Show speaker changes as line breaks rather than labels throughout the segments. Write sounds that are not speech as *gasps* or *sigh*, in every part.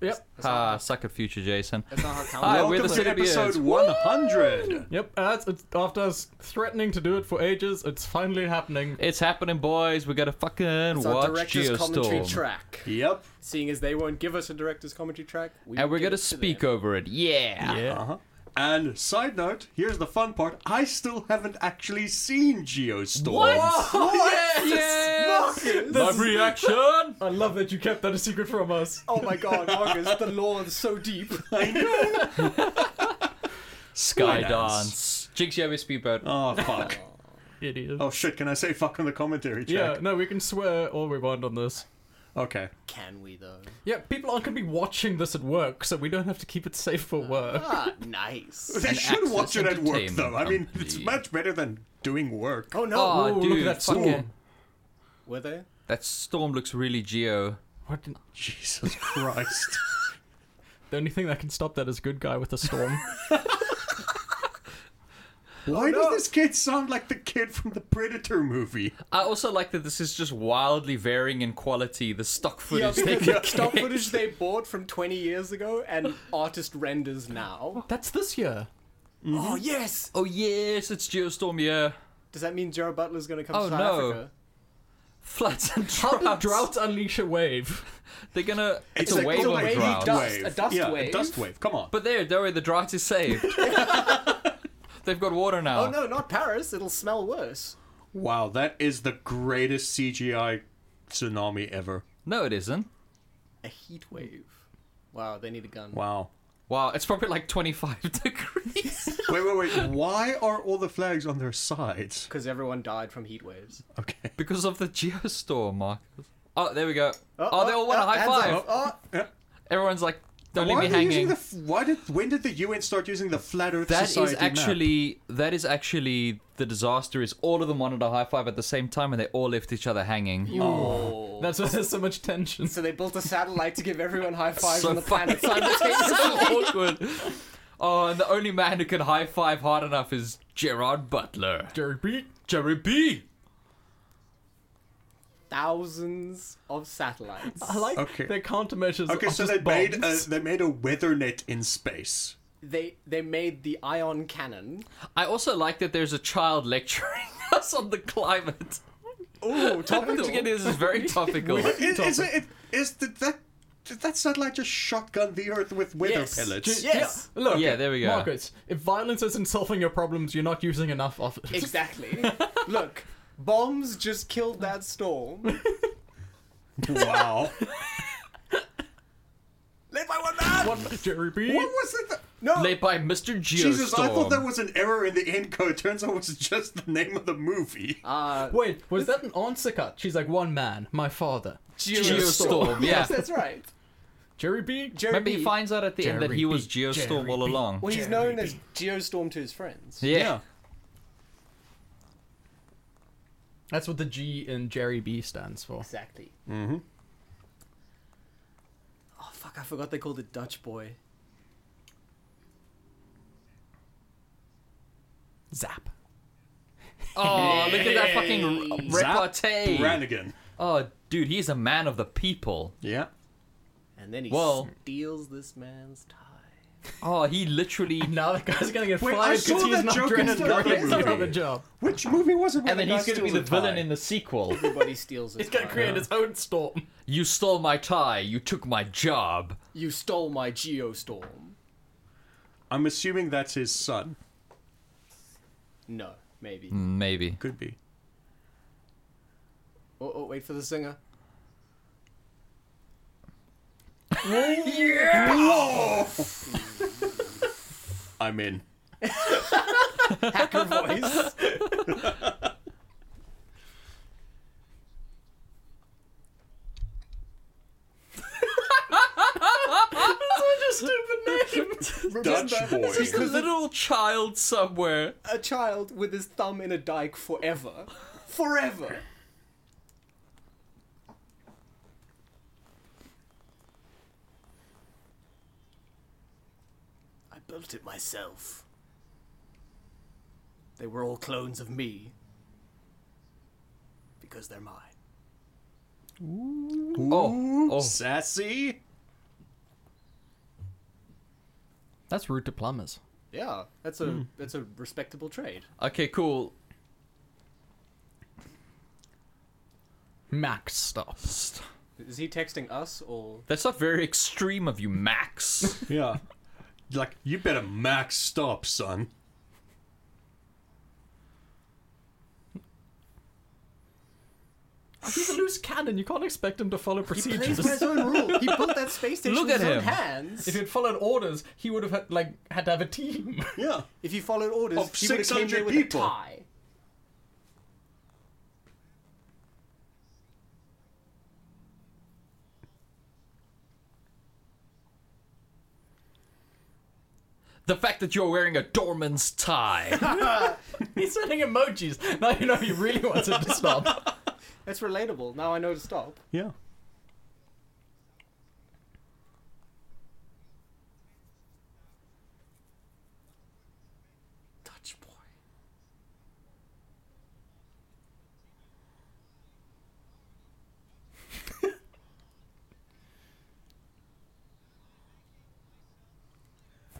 Yep.
Ah, suck it, future Jason.
That's not how count.
Hi,
works.
we're the
Welcome
City
to episode
Beards.
100.
Yep, and that's it's, after us threatening to do it for ages, it's finally happening.
It's happening, boys. We gotta fucking
It's our
watch
director's commentary
Geostorm,
track.
Yep.
Seeing as they won't give us a director's commentary track, we
and
will
we're
give
gonna
it to them.
speak over it. Yeah.
Uh-huh. And side note, here's the fun part. I still haven't actually seen Geostorm.
*laughs*
Yes! yes! Live reaction.
I love that you kept that a secret from us.
Oh my god, August, the lore is so deep.
*laughs* Skydance. Jinx, you have your speedboat.
Oh fuck.
*laughs*
Idiot.
oh shit, can I say fuck in the commentary
yeah,
track?
no, we can swear all we want on this.
Okay.
Can we though?
Yeah, people aren't going to be watching this at work, so we don't have to keep it safe for work.
Ah, nice.
They should
Access
watch it at work
Entertainment
though. I mean, it's
Company.
much better than doing work.
Oh no,
Oh,
Ooh, look
dude,
at that
fucking-
storm.
were they?
that storm looks really geo.
What did-
*laughs*
Jesus Christ.
the only thing that can stop that is good guy with a storm.
Oh,
Why does this kid sound like the kid from the Predator movie?
I also like that this is just wildly varying in quality. The stock
Yeah,
footage they
because
can
*laughs* the stock footage they bought from 20 years ago and artist renders now.
That's this year.
Oh yes.
Oh yes, it's Geostorm yeah.
Does that mean Jared Butler's gonna come
Oh,
to South
no.
Africa?
Floods and
How did
droughts.
drought unleash a wave?
They're gonna. It's,
like
a wave
all
of
wavy
drought.
dust. a dust
yeah, A
wave.
dust wave. Come on.
But there, don't worry, the drought is
*laughs*
saved. They've got water now.
Oh no, not Paris. It'll smell worse.
wow, that is the greatest CGI tsunami ever.
No, it isn't.
A heat wave. Wow, they need a gun.
*laughs*
Wow.
Wow, it's probably like 25 *laughs* degrees. *laughs*
Wait, wait, wait. Why are all the flags on their sides?
Because everyone died from heat waves.
Okay.
because of the geostorm, Marcus. Oh, there we go. Oh, they all
oh,
want
oh,
a high
hands
five.
up. Oh,
Everyone's like, don't
Uh, Why are
leave me
they using
hanging.
the? f- Why did? When did the UN start using the flat Earth
That is
society map?
actually that is actually the disaster is all of them wanted a high five at the same time and they all left each other hanging.
Oh.
That's why there's so much tension.
So they built a satellite to give everyone high fives
So
on
*laughs*
the planet
funny.
simultaneously.
so awkward. Oh, and the only man who can high five hard enough is Gerard Butler.
Jerry Beat.
Jerry B.
Thousands of satellites.
I like
Okay.
their countermeasures.
Okay,
are
so
just
they made a,
bombs.
they made a weather net in space.
They they made the ion cannon.
I also like that there's a child lecturing *laughs* us on the climate. *laughs*
Ooh,
This
topical.
is very topical.
Is, is, it, is did that did that satellite just shotgun the Earth with weather
Yes.
pellets?
Ju- Yes.
Yeah, look.
Yeah, there we go.
Marcus, if violence isn't solving your problems, you're not using enough of it.
*laughs*
Exactly. Look, bombs just killed that storm.
*laughs* Wow.
Live by one man.
What, Jerry Beat?
what was it? that-
No.
Played by Mr. Geostorm.
Jesus, I thought that was an error in the encode. Turns out it was just the name of the movie.
Uh,
Wait, was that an answer cut? She's like, one man, my father.
Geostorm. Yeah.
yes, that's right.
Jerry B.
Jerry
Maybe he
B.
finds out at the end that he
Jerry
was
B.
Geostorm
Jerry
all
B.
along.
Well, he's
Jerry
known
B.
as Geostorm to his friends.
Yeah.
That's what the G in Jerry B stands for.
Exactly. Mm-hmm. Oh fuck! I forgot they called it Dutch Boy.
Zap.
Oh, look at that fucking
Zap
repartee.
Brannigan.
Oh, dude, he's a man of the people.
Yeah.
And then he
Well-
steals this man's tie.
Oh, he literally.
Now that guy's gonna get
Wait, I
fired
saw
because he's
that
not
joke in
dressed
another
correctly for
movie.
the job.
Which movie was it? where
And then
guy
he's going to be the
steals a
villain
tie?
in the sequel.
Everybody steals his
He's gonna
tie.
create his own storm.
you stole my tie. You took my job.
You stole my Geostorm.
I'm assuming that's his son.
No, maybe.
Mm. Maybe.
Could be.
Oh, oh, wait for the singer.
I'm in.
Hacker voice.
Dutch boy.
A little child somewhere.
a child with his thumb in a dike forever. Forever. I built it myself. They were all clones of me. Because they're mine.
Oh, oh.
Sassy.
That's rude to plumbers.
Yeah, that's a
Hmm.
that's a respectable trade.
Okay, cool.
Max, stop.
Is he texting us or?
That's not very extreme of you, Max.
Yeah. Like, you better max stop, son.
Oh, He's a loose cannon. You can't expect him to follow procedures.
own rule. He
*laughs*
built that space station
Look at
with his own
him.
hands.
if he'd followed orders, he would have had, like had to have a team.
Yeah.
If you followed orders,
Of
he would have came
600
there with
people.
a tie.
*laughs* the fact that you're wearing a doorman's
*laughs*
tie.
*laughs* He's sending emojis. Now you know he really wants him to stop.
That's relatable. Now I know to stop.
Yeah.
Dutch boy.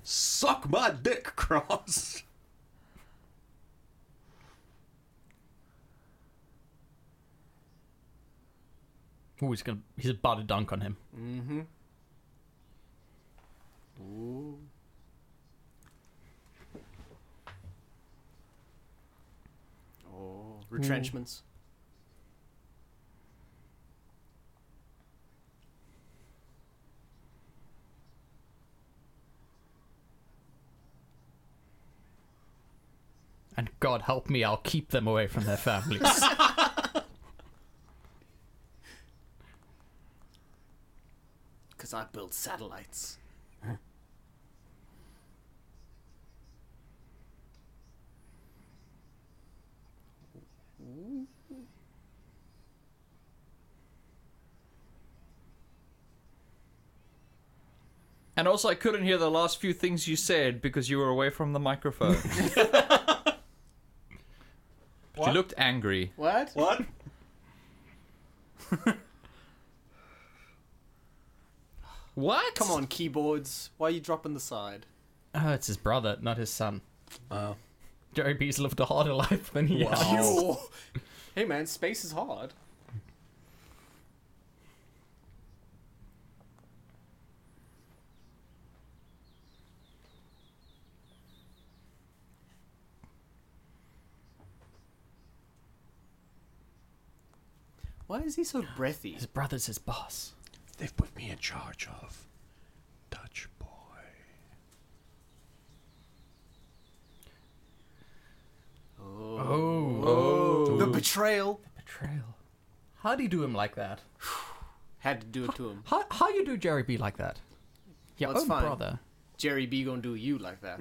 Suck my dick, Cross.
Oh, he's gonna. He's about to dunk on him.
Oh, retrenchments.
And God help me, I'll keep them away from their families.
Because I built satellites.
and also, I couldn't hear the last few things you said because you were away from the
*laughs*
microphone. But you looked angry.
What?
What?
What?
Come on, keyboards. Why are you dropping the side?
oh, it's his brother, not his son.
Oh.
Jerry B's lived a harder life than he has.
*laughs* You- hey man, space is hard. Why is he so breathy?
His brother's his boss.
They've put me in charge of Dutch Boy.
The betrayal
Oh. Betrayal. How do you do him like that?
had to do it to him.
How how you do Jerry B like that? Your
That's
own
fine.
brother.
Jerry B gonna do you like that.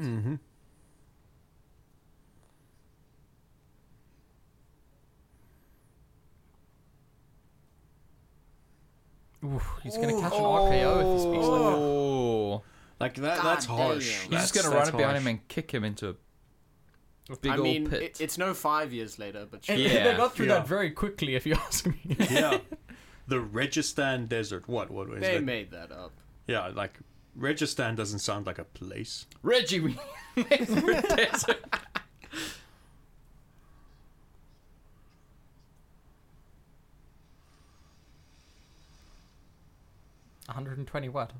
Ooh, he's gonna catch an RKO if he speaks like that.
Oh.
Like, that,
God
that's
damn.
harsh.
He's
He's
That's-
just gonna
that's
run up behind
harsh.
him and kick him into a big
I
old
mean,
pit.
it, it's no five years later, but sure.
And
Yeah.
they got through
Yeah.
that very quickly, if you *laughs* ask me.
yeah. *laughs* The Registan Desert. What? What is
they
it?
made that up.
Yeah, like, Registan doesn't sound like a place.
Reggie, we *laughs* desert.
One hundred and twenty what?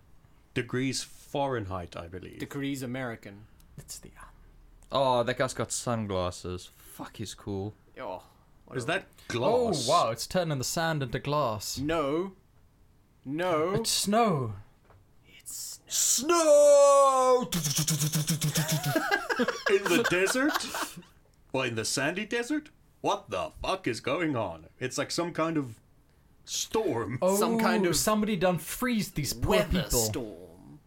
Degrees Fahrenheit, I believe.
Degrees American.
It's the
Oh, that guy's got sunglasses. Fuck, he's cool.
Oh, what
is
a-
that
Oh
glass?
wow! It's turning the sand into glass.
No. No.
It's snow.
It's
Snow.
In the desert? *laughs* Well, in the sandy desert? What the fuck is going on? It's like some kind of storm.
Oh,
Some kind of
somebody done freeze these poor
weather
people.
storm.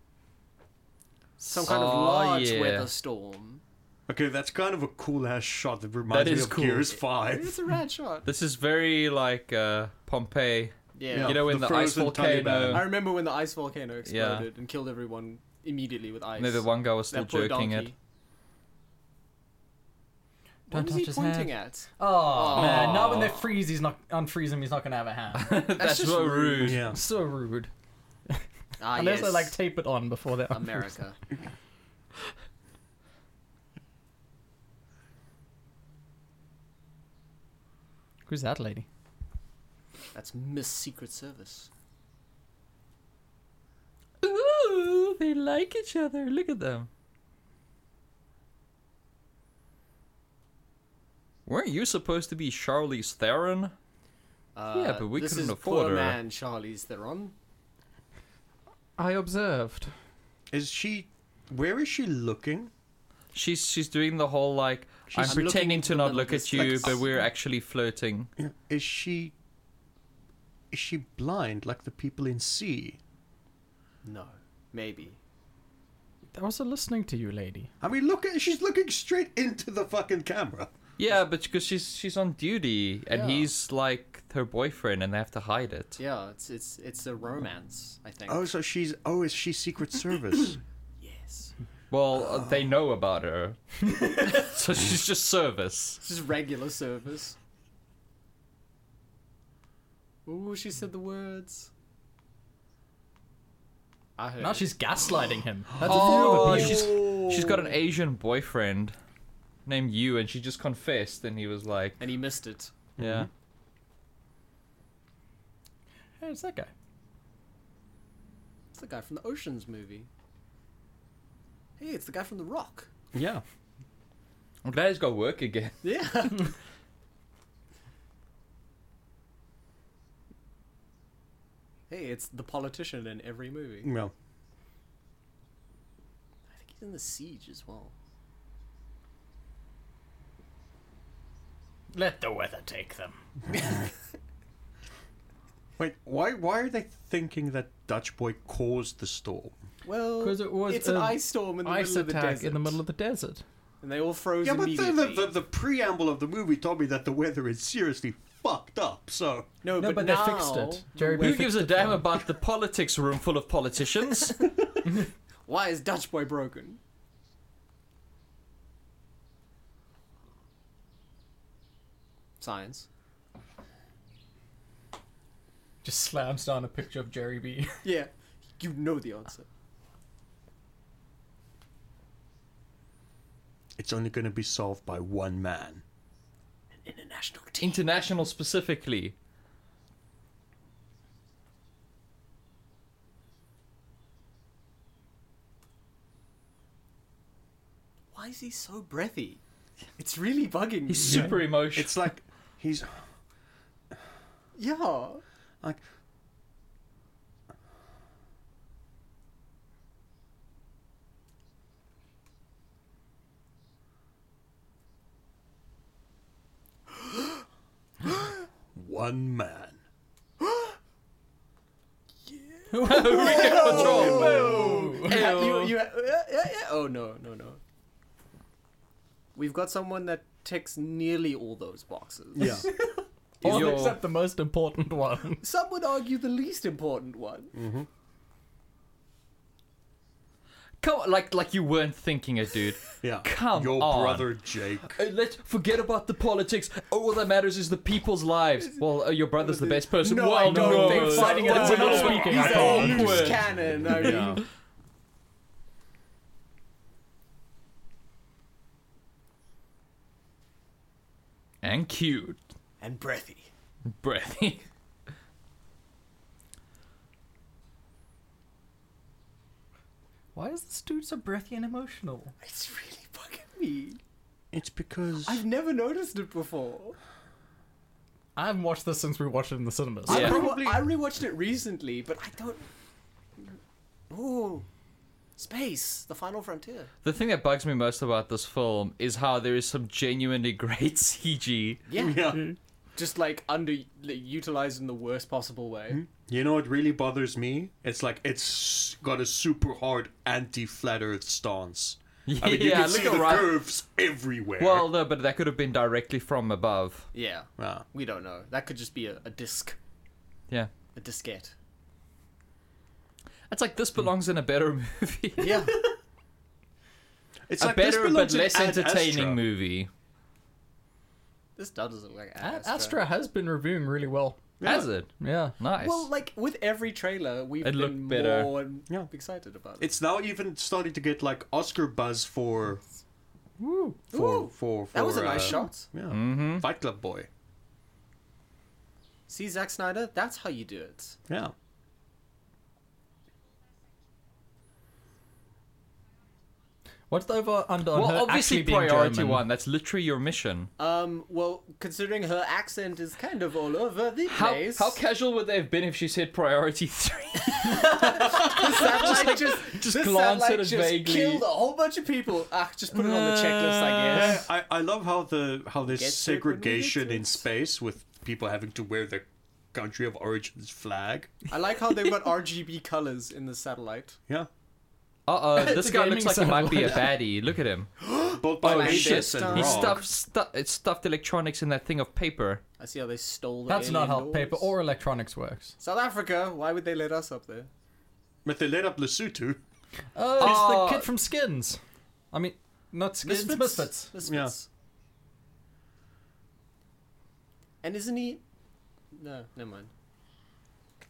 Some kind of
Oh,
large
yeah.
weather storm.
*laughs* Okay, that's kind of a cool ass shot that reminds
That
me
is
of
cool.
Gears 5.
It's a rad shot.
This is very like uh, Pompeii.
Yeah.
You know, in
the
the, ice
frozen Taliban.
I
volcano,
remember when the ice volcano exploded and killed everyone immediately with ice.
maybe one guy was still
that poor
jerking *laughs*
donkey.
it.
Don't
What was
touch
he
his
pointing
hand.
at?
Oh, man! Now when they freeze, he's not unfreeze him. He's not gonna have a hand.
*laughs*
That's,
just
so
rude.
rude.
Yeah.
so rude.
Ah,
Unless
yes.
*laughs* they like tape it on before they're
*laughs* America.
Who's that lady?
That's Miss Secret Service.
Ooh, they like each other. Look at them. Weren't you supposed to be Charlize Theron?
Uh,
Yeah, but we
this
couldn't
is
afford
poor
her.
man Charlie's Theron.
I observed.
Is she? Where is she looking?
She's she's doing the whole like
She's
I'm
looking
pretending
into
to
the
not
middle
look at
distance.
you,
Like,
but we're actually flirting.
*clears throat* Is she? Is she blind like the people in C?
No, maybe.
I was listening to you, lady.
I mean, look at she's looking straight into the fucking camera.
Yeah, but because she's she's on duty and
Yeah.
he's like her boyfriend, and they have to hide it.
Yeah, it's it's it's a romance. I think.
Oh, so she's oh, is she Secret Service?
yes.
Well, uh, they know about
*laughs*
her, so she's just service.
It's just regular service. Ooh, she said the words. I heard.
Now
it.
she's gaslighting
*gasps*
him. That's
Oh,
a form of
she's
abuse.
she's got an Asian boyfriend named Yu, and she just confessed, and he was like,
and Mm-hmm. he missed it.
yeah.
Hey, it's that guy.
It's the guy from the Ocean's movie. Hey, it's the guy from The Rock.
yeah.
I'm glad he's got work again.
Yeah. *laughs* hey, it's the politician in every movie.
Well,
I think he's in The Siege as well.
Let the weather take them.
wait, why why are they thinking that Dutch boy caused the storm?
Well,
'Cause it was
it's an
an
ice storm in the
Ice
middle of the
attack
desert.
in the middle of the desert.
and they all froze
Yeah, but
immediately.
then the, the the preamble of the movie told me that the weather is seriously fucked up. So
No,
No,
but,
but they
now,
fixed it. Jerry
Who
They
gives a
fixed it
damn
for him.
about the politics room full of
*laughs*
politicians?
Why is Dutch Boy broken? Science.
Just slams down a picture of Jerry B.
Yeah, you know the answer.
it's only going to be solved by one man.
International team.
International specifically.
Why is he so breathy? It's really
He's
bugging me.
super emotional.
It's like he's
Yeah.
like *gasps* one man.
Ha- you, you, uh, yeah, yeah. Oh no, no, no. We've got someone that ticks nearly all those boxes.
Yeah.
*laughs* All
Your-
except the most important one.
Some would argue the least important one.
Come on, like like you weren't thinking it, *laughs* dude.
*laughs* Yeah.
Come
Your
on.
brother *laughs* Jake.
Uh, let's forget about the politics. All that matters is the people's lives. Well, uh, your brother's the best person.
No,
well,
I don't
no,
think so.
fighting it
That's
out.
not
speaking.
He's
I
a
can't.
loose
Awkward.
cannon. I mean,
Yeah.
And cute.
and breathy.
Breathy. *laughs*
Why is this dude so breathy and emotional?
It's really bugging me.
It's because
I've never noticed it before.
I haven't watched this since we watched it in the cinemas.
Yeah.
I,
Probably-
rewa- I rewatched it recently, but I don't. Ooh, space, the final frontier.
The thing that bugs me most about this film is how there is some genuinely great *laughs* CG.
Yeah,
Yeah.
just like under like, utilized in the worst possible way.
You know what really bothers me? It's like it's got a super hard anti-flat Earth stance. I mean,
*laughs*
you
Yeah,
can
look
see
at
the
Ra-
curves everywhere.
Well, no, but that could have been directly from above.
Yeah,
Ah.
we don't know. That could just be a, a disc,
Yeah.
a diskette.
It's like this belongs in a better *laughs* movie.
Yeah,
it's
a
like this
better but
belongs in
less
Ad
entertaining
Astra.
movie.
*laughs* this does look like
A-
Ad
Astra has been reviewing really well.
Has it?
Yeah.
Nice.
Well, like with every trailer, we've
It looked
been
better.
more and
Yeah.
excited about it.
It's now even starting to get like Oscar buzz for
Woo.
for
Ooh,
for, for
that was a
uh,
nice shot.
Yeah,
mm-hmm.
Fight Club boy.
See, Zack Snyder, that's how you do it.
Yeah,
What's the over under on her
Well, obviously
actually being
priority
German?
one. That's literally your mission.
Um, well, considering her accent is kind of all over the
How,
place,
how casual would they have been if she said priority three? *laughs*
the satellite just,
just
the
glance at
satellite
it
just
vaguely.
killed a whole bunch of people. Ah, just put it on the checklist,
Uh,
I guess.
I, I love how the how this
Gets it when we get
segregation
to
in
it.
space with people having to wear their country of origin's flag.
I like how they've got RGB colors in the satellite.
Yeah,
Uh oh, this
a
guy
gaming
looks like he might be a baddie. Look at him.
both by
Oh,
Mendes
shit.
and
He
He
Rock.
stuffed stu- it stuffed electronics in that thing of paper.
I see how they stole. The
That's not
alien
how
doors.
paper or electronics works.
South Africa. Why would they let us up there?
But they let up Lesotho.
Oh,
Oh.
it's the kid from Skins. I mean, not Skins, Misfits.
Misfits. And isn't he? No, never mind.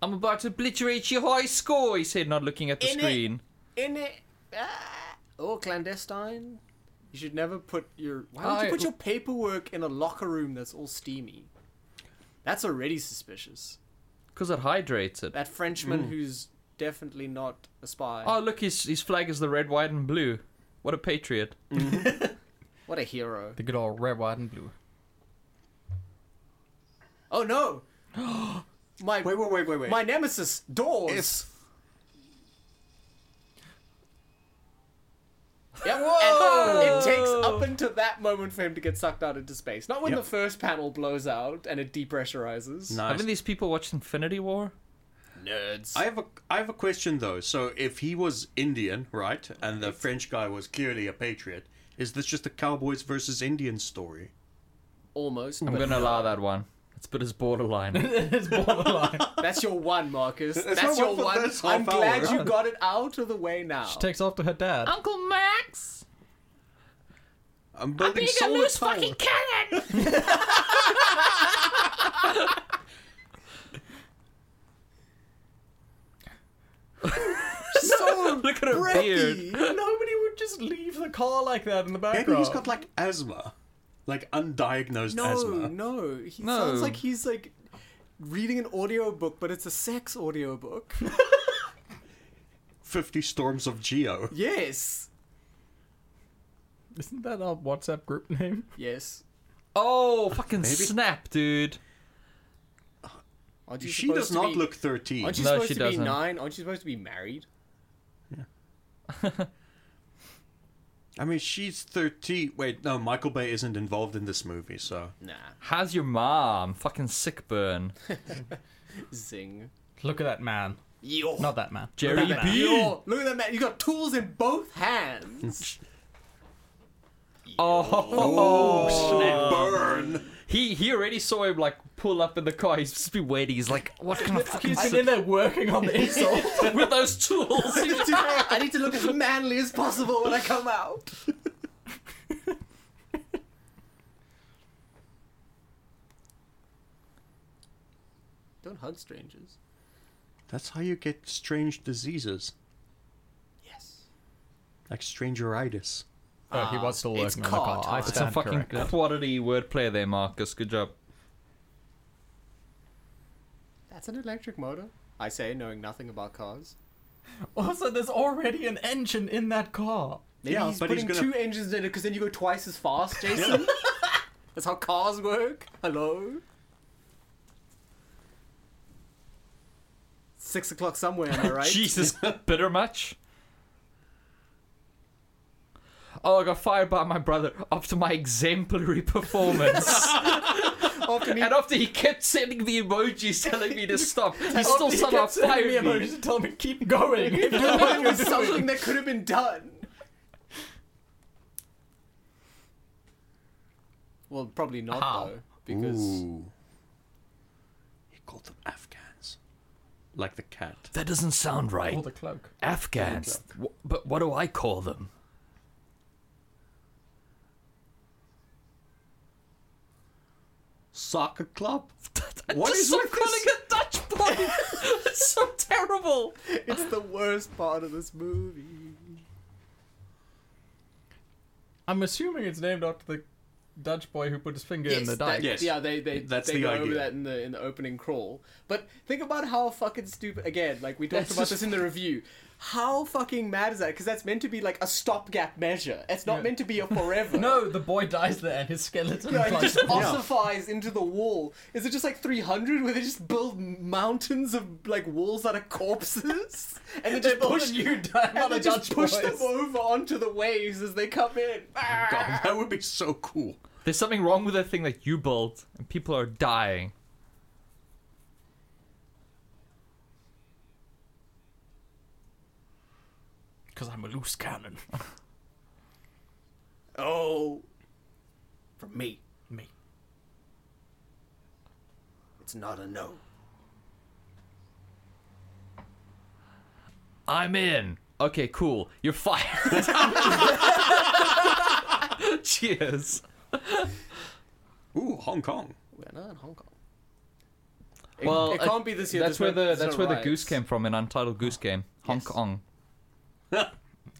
I'm about to obliterate your high score, he said, not looking at the
In it.
screen.
In it. Ah, oh, clandestine. You should never put your. Why would
I-
you put your paperwork in a locker room that's all steamy? That's already suspicious.
Because it hydrates it.
That Frenchman
Hmm.
who's definitely not a spy.
Oh, look, his, his flag is the red, white, and blue. What a patriot.
What a hero.
The good old red, white, and blue.
*gasps*
Oh no! my
Wait, wait, wait, wait, wait.
my nemesis doors.
If-
Yep. And it takes up until that moment for him to get sucked out into space. Not when
Yep.
the first panel blows out and it depressurizes.
Haven't these people watched Infinity War?
Nerds.
I have a I have a question though. So if he was Indian, right, and the French guy was clearly a patriot, is this just a Cowboys versus Indians story?
Almost.
I'm
but
going to allow that one. It's but it's
*laughs*
borderline.
*laughs* it's borderline.
That's your
*laughs*
one, Marcus.
not
That's your
one for
one.
this half
I'm glad
hour.
you got it out of the way now.
she
*laughs*
takes after her dad.
Uncle Max!
I'm building solar power.
cannon!
so
*laughs* Look at her
Breathy.
beard.
Nobody would just leave the car like that in the background.
Maybe he's got like asthma, like undiagnosed
no,
asthma.
no. He
No.
sounds like he's like reading an audiobook, but it's a sex audiobook.
Fifty storms of geo.
yes.
Isn't that our WhatsApp group name?
Yes.
Oh, fucking snap, dude.
Aren't you
She does
supposed to
not
be-
look thirteen.
Aren't you
No,
supposed
she
to
doesn't.
be nine? Aren't you supposed to be married?
I mean, she's thirteen. Wait, no, Michael Bay isn't involved in this movie, so
Nah.
How's your mom? Fucking sick
*laughs*
burn.
Zing.
Look at that man.
Yo.
Not that man.
Jerry
Look at that man.
B.
Yo. Look at that man. You got tools in both hands.
*laughs* Oh,
burn.
he he already saw him like pull up in the car. He's just been waiting. He's like, what kind
*laughs*
of fucking
He's been in there working on *laughs* the insult.
*laughs* with those
*laughs*
tools?
*laughs* I need to look as manly as possible when I come out. *laughs* Don't hug strangers.
That's how you get strange diseases,
Yes.
like strangeritis.
oh, he was still working
It's
on the car.
caught.
I
It's a
Some
stand
fucking
corrected.
quality wordplay there, Marcus. Good job.
That's an electric motor. I say, knowing nothing about cars.
Also, there's already an engine in that car.
Maybe
Yeah,
he's
but he's
putting
gonna-
two engines in it because then you go twice as fast, Jason. *laughs* That's how cars work. Hello. *laughs* Six o'clock somewhere, *laughs* am I right?
Jesus, bitter much. Oh, I got fired by my brother after my exemplary performance.
After me,
and after he kept sending the emojis telling
*laughs*
me to stop, he
Oh,
still
he
somehow
kept sending
fired
me
me.
emojis to tell me keep going.
it was *laughs* something that could have been done. Well, probably not
How?
though, because
He called them Afghans. Like the cat.
That doesn't sound right.
Hold the *laughs* cloak.
Afghans. W- but what do I call them?
Soccer
*laughs*
club?
What
What
is
is
stop
with
calling it Dutch boy? it's so terrible.
*laughs* It's the worst part of this movie.
I'm assuming it's named after the Dutch boy who put his finger in the
that-
dike.
Yes.
Yeah, they they,
That's
they
the
go over
idea.
that in the in the opening crawl. But think about how fucking stupid. Again, like we talked
That's
about
just-
this in the review. How fucking mad is that? Because that's meant to be like a stopgap measure. It's not
Yeah.
meant to be a
*laughs*
forever.
No, the boy dies there and his
*laughs*
skeleton
No, it
plugs
just
*laughs* him.
ossifies into the wall. Is it just like 300 where they just build mountains of like walls out of corpses? *laughs* And then
They
just
push
push
you down
and
on a
then
Dutch
just push
boys.
them over onto the waves as they come in. Ah.
God, that would be so cool.
There's something wrong with the thing that you built, and people are dying.
Because I'm a loose cannon.
Oh. From me.
Me.
It's not a no.
I'm in. Okay, cool. You're fired. *laughs* Cheers.
Ooh, Hong Kong.
We're not in Hong Kong.
well,
it can't be this year.
That's
this
where
won't-
the
this
that's
won't
where the
rise.
goose came from in Untitled Goose Game. Hong
*laughs*
Yes.
Kong.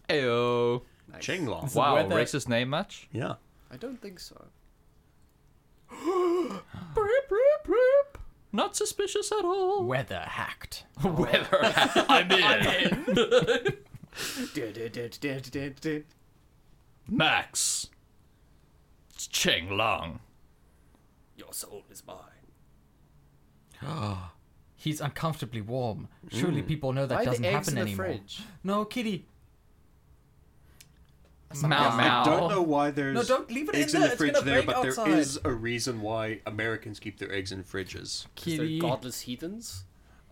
Ayo.
Nice.
Chenglong.
Wow,
weather-
racist name match.
Yeah.
I don't think *laughs* so.
Not suspicious at all. *laughs*
Weather hacked.
Weather.
*laughs*
I'm in.
Du-du-du-du-du-du-du.
Max. It's Cheng Long.
Your soul is mine.
He's uncomfortably warm. Surely people know that
Why are
doesn't
the eggs
happen
in the
anymore.
fridge?
No, kitty.
Mao
I don't
Mao.
know why there's
No, don't leave it
eggs
in there,
in the
it's
fridge
gonna
there,
break
but
outside.
there is a reason why Americans keep their eggs in fridges.
'Cause they're
Kitty.
godless heathens.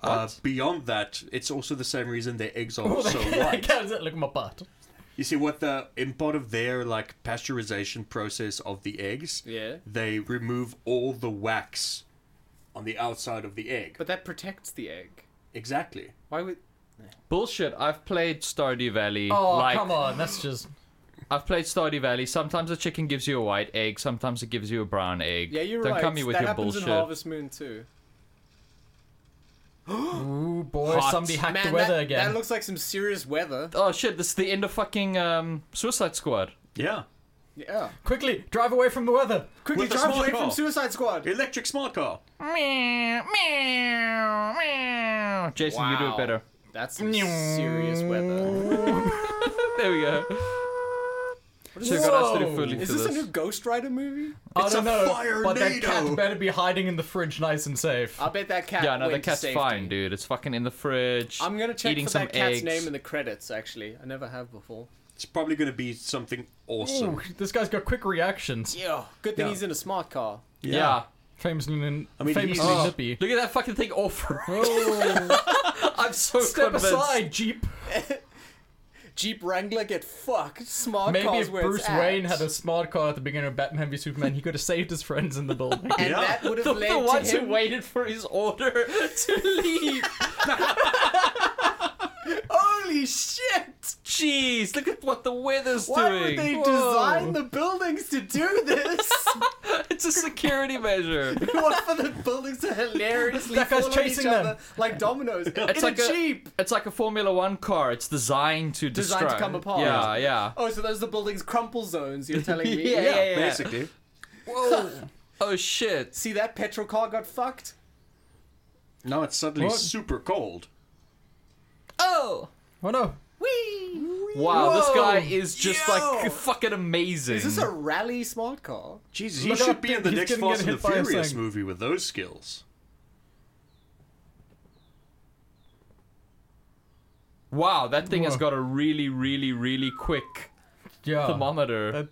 Uh, beyond that, it's also the same reason their eggs
*laughs*
are
Oh,
so
*laughs* they-
white.
Look at my butt.
You see, what the in part of their like pasteurization process of the eggs,
Yeah.
they remove all the wax on the outside of the egg.
But that protects the egg.
exactly.
Why would?
Bullshit. I've played Stardew Valley.
Oh,
like,
come on. That's just.
I've played Stardew Valley. Sometimes a chicken gives you a white egg. Sometimes it gives you a brown egg.
Yeah, you're
Don't
right.
come here with
that
your
happens
bullshit.
in Harvest Moon too.
Ooh, boy.
Hot.
Somebody hacked
Man,
the weather
that,
again.
that looks like some serious weather.
Oh shit! This is the end of fucking um, Suicide Squad.
Yeah.
Yeah.
Quickly, drive away from the weather.
Quickly
With a
drive
small
away from
car.
Suicide Squad.
Electric smart car.
Meow, meow, meow. Jason, you do it
Wow.
better. *laughs*
That's some serious weather.
There we go.
is
So
this?
got us through
Whoa.
fully
Is
to
this
this.
a new Ghost Rider movie?
I
It's
don't
a
know, but that
firenado.
cat better be hiding in the fridge, nice and safe.
I bet that cat.
yeah, no, the
went to
cat's
safety.
fine, dude. It's fucking in the fridge.
I'm gonna check
eating
for
some
that cat's
eggs.
name in the credits. Actually, I never have before.
It's probably going to be something awesome.
Oh,
Ooh, this guy's got quick reactions.
Yeah. Good thing
Yeah.
he's in a smart car.
yeah.
Famously, nin-
I mean,
famously
he's-
nippy.
Look at that fucking thing off.
*laughs*
Oh.
I'm
*laughs*
so
Step
convinced.
aside, Jeep.
Jeep Wrangler get fucked. Smart
Maybe
cars
if
where
Bruce
it's at.
Wayne had a smart car at the beginning of Batman v Superman, he could have saved his friends in the
*laughs*
building.
and
Yeah.
that would have
The,
led
the ones
to
who
him.
waited for his order *laughs* to leave.
*laughs* Holy shit!
Jeez, look at what the weather's
Why
doing.
would they
Whoa.
design the buildings to do this?
*laughs*
*laughs*
It's a security measure.
what for the buildings to hilariously
That guy's
fall on each
chasing
other
them.
like dominoes?
It's
It's
like
a
a-
Jeep.
It's like a Formula One car. It's designed to
Designed to
destroy-
come apart.
Yeah,
*laughs*
yeah.
Oh, so those are the buildings crumple zones. You're telling
*laughs*
me?
Yeah, yeah, yeah.
Basically.
*laughs*
Oh shit!
See that petrol car got fucked.
Now it's suddenly
What?
super cold.
Oh.
oh no.
Wow, this
Whoa.
guy is just
Yo.
like fucking amazing.
Is this a rally smart car?
Jesus, he
Look
should
up,
be in the
he's
next
gonna get
Fast and the
hit by a
Furious
thing.
movie with those skills.
wow? That thing has
Whoa.
got a really, really, really quick
Yeah.
thermometer.
That-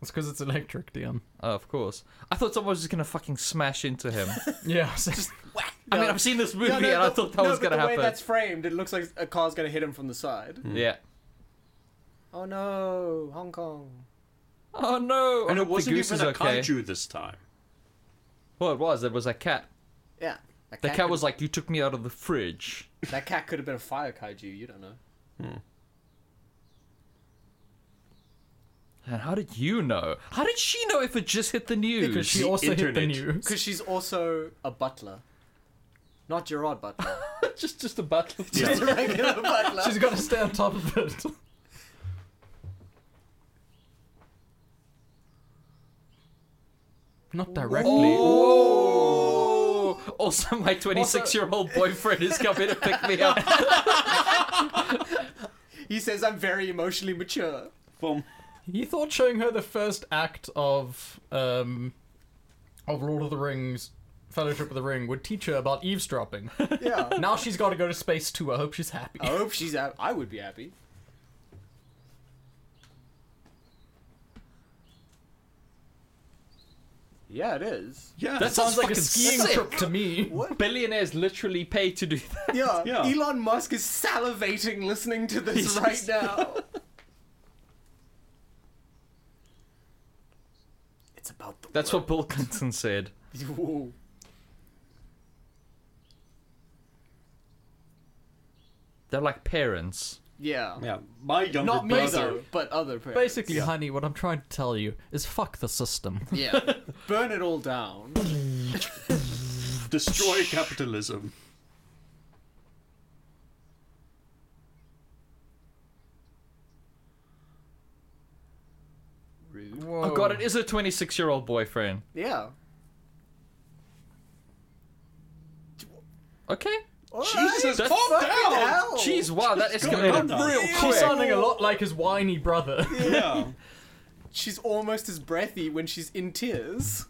It's because it's electric, Dion.
Oh, of course. I thought someone was just gonna fucking smash into him.
Yeah. *laughs*
I mean, I've seen this movie
No, no,
and I
but-
thought that
no,
was
but
gonna
the
happen. Mm.
way that's framed, it looks like a car's gonna hit him from the side.
Yeah.
Oh no, Hong Kong.
Oh no! I
And it
hope the
wasn't
goose
even
is
a
okay.
kaiju this time.
Well, it was. It was a cat.
Yeah. That
The cat
could-
was like, "You took me out of the fridge."
that cat could have been a fire kaiju. You don't know.
And how did you know? How did she know if it just hit the news?
Because she
The
also hit the
internet.
news.
Because she's also a butler. Not Gerard Butler.
just just a battle. Of
Just a regular butler.
She's got to stay on top of it. *laughs* Not directly.
Oh. Also, my 26 year old boyfriend is coming to pick me up.
He says I'm very emotionally mature.
Boom.
He thought showing her the first act of um, of Lord of the Rings, Fellowship of the Ring, would teach her
*laughs*
about eavesdropping.
Yeah.
now she's got to go to space too. I hope she's happy.
Oh.
*laughs*
I hope she's happy. I would be happy. Yeah, it is.
Yeah.
That sounds like a skiing
Skiing trip
*laughs*
to me.
What?
Billionaires literally pay to do that.
Yeah,
Yeah.
Elon Musk is salivating listening to this
He's
right
just-
now. it's about the.
That's what Bill Clinton said.
*laughs* Whoa.
They're like parents.
Yeah.
Yeah. My younger
Not me
brother.
though, but other parents.
Basically, honey, what I'm trying to tell you is fuck the system.
Yeah. Burn it all down.
Destroy capitalism.
Rude.
Oh, god, it is a 26 year old boyfriend.
Yeah.
Okay.
Jesus,
That's-
calm
Fucking
down.
hell.
Jeez, wow, that
It's going
escalated
on
real
now.
She's
quick.
sounding a lot like his whiny brother.
Yeah.
She's almost as breathy when she's in tears.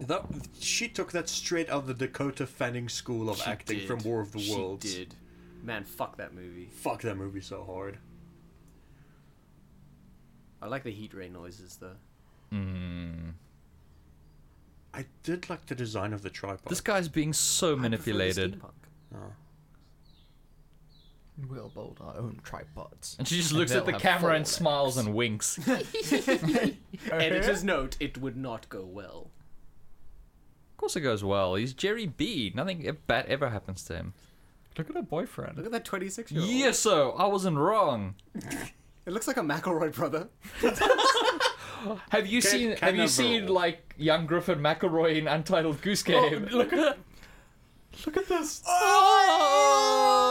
That, she took that straight out of the Dakota Fanning School of Acting from War of the Worlds.
She did. Man, fuck that movie.
Fuck that movie so hard.
I like the heat ray noises though.
I did like the design of the tripod.
This guy's being so manipulated.
*laughs* We'll build our own tripods.
And she just looks at the
they'll have
camera and
four
smiles and
*laughs*
winks. of
Editor's note: It would not go well.
course it goes well. He's Jerry B. Nothing e-, bad ever happens to him.
Look at her boyfriend.
Look at that twenty-six-year-old.
Yes, so I wasn't wrong.
It looks like a McElroy *laughs* brother.
Have you
Can-
seen
can
Have you
overall.
seen like young Griffin McElroy in Untitled Goose Game?
Oh, look at look at this.
Oh!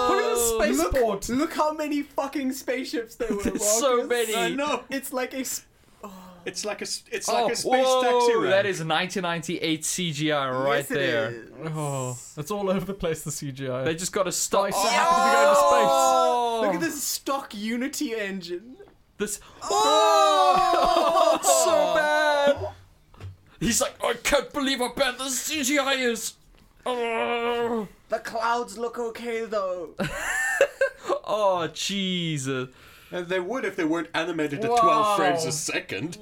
look at the
Look,
spaceport.
look how many fucking spaceships there were.
There's so
Marcus.
many.
I know.
It's like a. s-
It's like a s- it's
Oh,
like a space
whoa,
taxi ride.
That is 1998 CGI right
Yes, it
there.
is.
Oh, it's all over the place. The CGI.
They just got to stop.
Oh.
so happy to be going to space.
Oh!
Look at this stock Unity engine.
This. Oh, *laughs* it's so bad. He's like, I can't believe how bad the CGI is. Oh,
The clouds look okay *laughs* though.
oh Jesus.
And they would if they weren't animated to
Wow.
12 frames a second.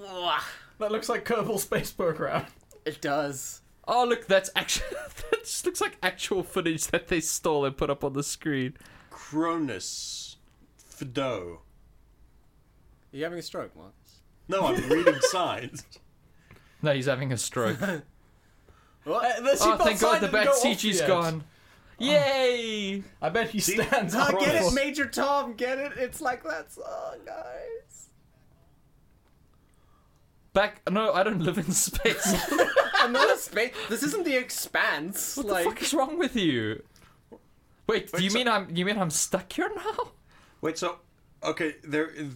that looks like Kerbal Space Program.
it does.
Oh, look, that's actually. *laughs* that just looks like actual footage that they stole and put up on the screen.
Cronus. Fido.
Are you having a stroke, Mark?
No, I'm reading
*laughs*
signs.
No, he's having a
*laughs*
stroke.
What?
oh, thank God the bad CG's
CG's
gone. Yay!
I bet he stands
Ah,
up.
get it,
for-
Major Tom. Get it? It's like that song, *laughs* guys.
Back. No, I don't live in *laughs* space. what
Another space. This isn't the Expanse.
the
like,
fuck is wrong with you? Wait, do you
so-
mean I'm? You mean I'm stuck here now? *laughs*
Wait, so okay, there is-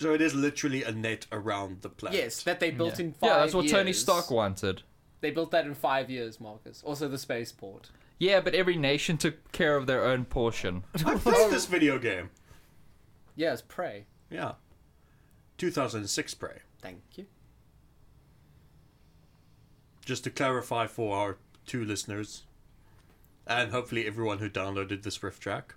so it is literally a net around the planet.
yes, that they built in five.
yeah, that's what Tony
years.
Stark wanted.
They built that in five years, Marcus. Also the spaceport.
Yeah, but every nation took care of their own
*laughs*
portion.
I played this video game.
Yes, pray.
Yeah. 2006 Prey.
Thank you.
Just to clarify for our two listeners, and hopefully everyone who downloaded this riff track.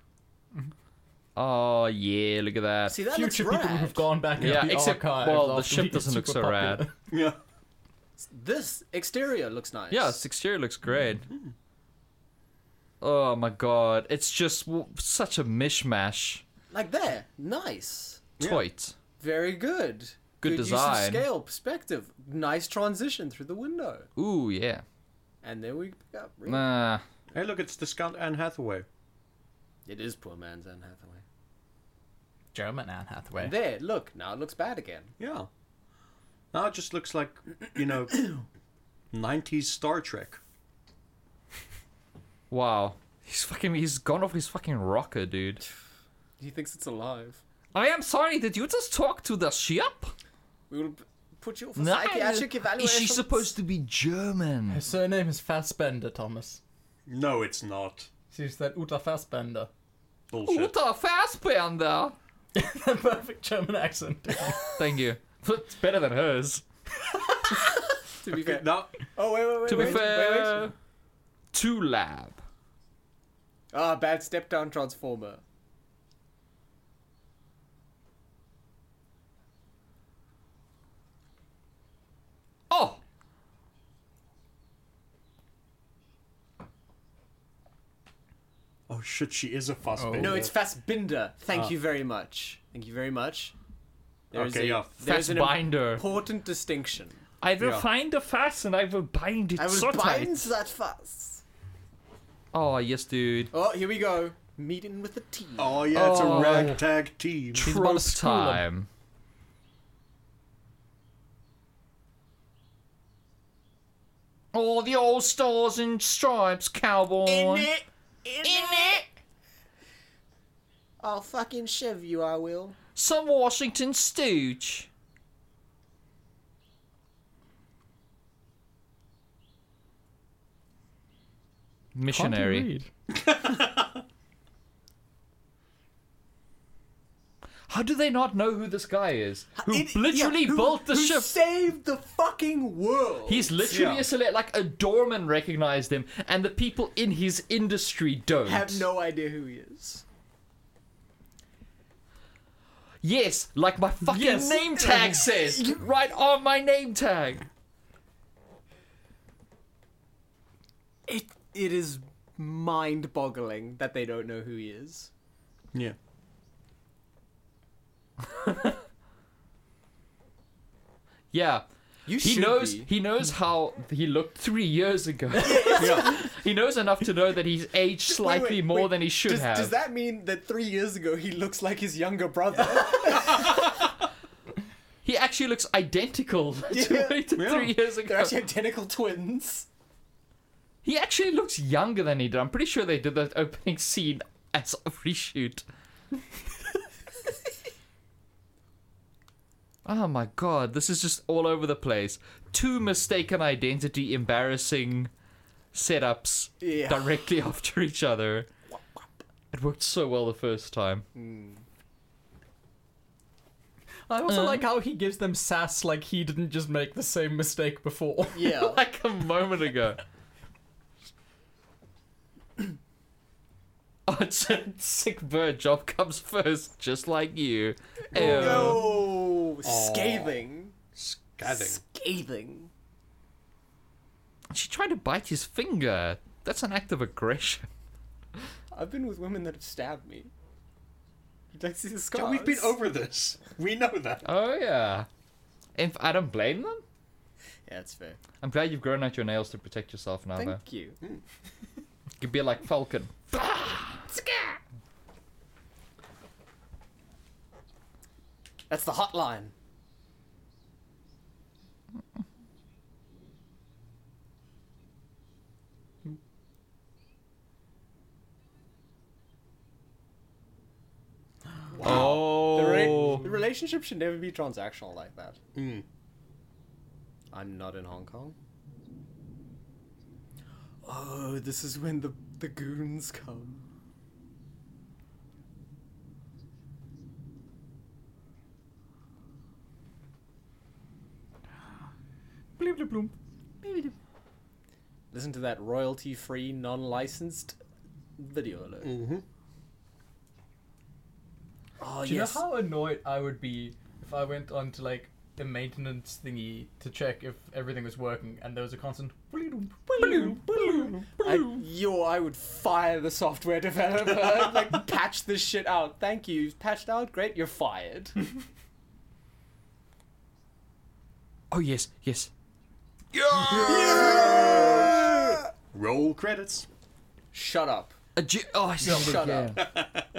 Oh yeah, look at that.
See that
Future
looks
people who
rad.
have gone back
Yeah,
into the
except-
archives.
well, the
after
ship
we get
doesn't look
super
so rad.
*laughs* popular.
Yeah.
This exterior looks nice.
Yeah, its exterior looks great.
Mm-hmm.
Oh my god, it's just w- such a mishmash.
like there. Nice.
Toit.
Very good.
Good design.
Use of scale, perspective. Nice transition through the window.
Ooh yeah.
And then we pick up. Reed.
Nah.
Hey, look, it's discount Anne Hathaway.
It is poor man's Anne Hathaway.
German Anne Hathaway.
There, look, now it looks bad again.
Yeah. Now it just looks like, you know, 90s Star Trek.
Wow. He's fucking. He's gone off his fucking rocker, dude.
He thinks it's alive.
I am sorry. Did you just talk to the ship?
We will p- put you up for psychiatric evaluation.
Is she supposed to be German?
His surname is Fassbender, Thomas.
No, it's not.
She's that Uta Fassbender. *laughs*
Bullshit.
Uta Fassbender.
Perfect German accent.
Thank you. It's better than hers.
to be fair?
No,
Oh wait, wait, wait.
To
wait,
be
wait,
fair,
wait.
two lab.
Ah, bad step down transformer.
Oh,
Oh shit, she is a fuss
Oh.
baby.
No, it's Fassbinder.
Ah.
Thank you very much. Thank you very much. There's
Okay,
a,
yeah,
There's an
Fassbinder.
important distinction.
I will
Yeah.
find the fast and I will bind it
I will
so
bind
tight.
that fast.
Oh yes, dude.
Oh, here we go. Meeting with the T.
Oh yeah, it's
Oh.
a ragtag team.
about to
Troll's
school him.
time. All the old stars and stripes, cowboy.
In, I'll fucking shiv you, I will.
Some Washington stooge. Missionary. How do they not know who this guy is? Who
It-
literally
yeah, who-
built the
who
ship.
saved the fucking world.
He's literally
Yeah.
a select, like a doorman recognized him, and the people in his industry don't.
have no idea who he is.
Yes, like my fucking
Yes.
name
*laughs*
tag says, right on my name tag.
It it is mind-boggling that they don't know who he is.
Yeah.
Yeah,
You
he
should
knows.
be.
He knows how he looked three years ago.
*laughs*
He knows enough to know that he's aged slightly
Wait, wait,
more
wait.
than he should
does,
have.
Does that mean that three years ago he looks like his
*laughs*
younger brother?
He actually looks identical *laughs*
Yeah.
to, to three years ago.
They're actually identical twins.
He actually looks younger than he did. I'm pretty sure they did that opening scene as a
*laughs*
reshoot. oh my god, this is just all over the place. Two mistaken identity, embarrassing setups
Yeah.
directly *laughs* after each other. It worked so well the first time.
I
Uh.
also like how he gives them sass like he didn't just make the same mistake before.
*laughs* Yeah.
*laughs* Like a moment ago. *coughs* oh, it's a sick bird job comes first, just like you. Ew.
no. Scathing.
Scathing.
Scathing.
She tried to bite his finger. That's an act of aggression.
I've been with women that have stabbed me. You don't see the scars.
Yeah, we've been over this. We know that.
*laughs* Oh yeah. And I don't blame them.
Yeah, that's fair.
I'm glad you've grown out your nails to protect yourself now. though.
Thank you.
You could be like Falcon.
That's the *gasps* hotline. The, re- the relationship should never be transactional like that.
Mm.
I'm not in Hong Kong. Oh, this is when the, the goons come.
Bloop, bloop, bloop.
Listen to that royalty free, non licensed video alert.
Mm.
Mm-hmm.
Oh,
Do you know how annoyed I would be if I went on to like the maintenance thingy to check if everything was working and there was a constant bloop, bloop, bloop,
I,
bloop.
yo, I would fire the software developer. *laughs* I'd, like, patch this shit out. Thank you. You've patched out. Great. You're fired.
*laughs*
Oh yes, yes.
Roll credits.
Shut up.
A G- oh, I see.
Shut
Yeah.
up.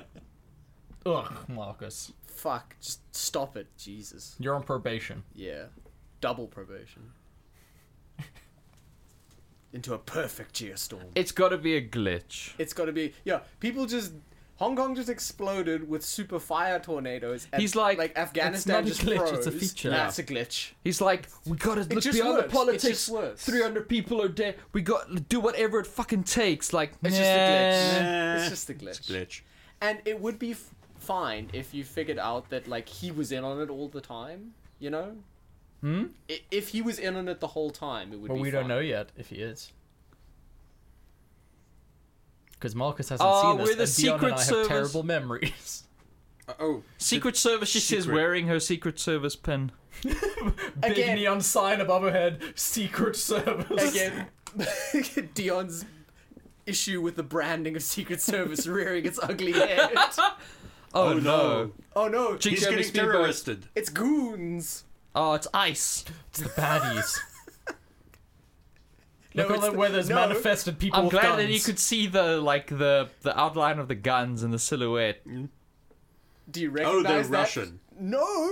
Ugh, Marcus.
fuck, just stop it, Jesus.
You're on probation.
Yeah,
*laughs*
double probation. Into a perfect geostorm.
It's got to be a glitch.
It's got to be yeah. People just Hong Kong just exploded with super fire tornadoes. And
He's like,
like Afghanistan
it's
just
not a glitch,
froze.
it's a feature.
That's a glitch.
He's like, we gotta look
just
beyond
works.
the
It
politics.
just works.
Three hundred people are dead. We got do whatever it fucking takes. Like,
It's just a glitch. It's just a glitch.
It's a glitch.
And it would be f- fine if you figured out that like he was in on it all the time. You know.
Hmm?
I- If he was in on it the whole time, it would
But
be.
we don't
fine.
know yet if he is. Because Marcus hasn't
Ah,
seen us,
we're the
and Dion and I
Secret Service.
have terrible memories. *laughs*
Uh, oh,
Secret Service. She says
Secret.
wearing her Secret Service pin.
Big
Again.
neon sign above her head, Secret Service.
*laughs* Again, *laughs* Dion's issue with the branding of Secret Service rearing its
*laughs*
ugly head.
Oh,
oh no.
Oh no,
Jinx
He's
Jeremy
getting
Spielberg.
terroristed.
it's goons.
Oh, it's ice.
It's the baddies.
No,
Look all
it's
that
the-
weather's
no.
manifested people
I'm
with
glad
guns.
that you could see the like the the outline of the guns and the silhouette.
Do you
Oh,
recognize
they're
that?
Russian.
No,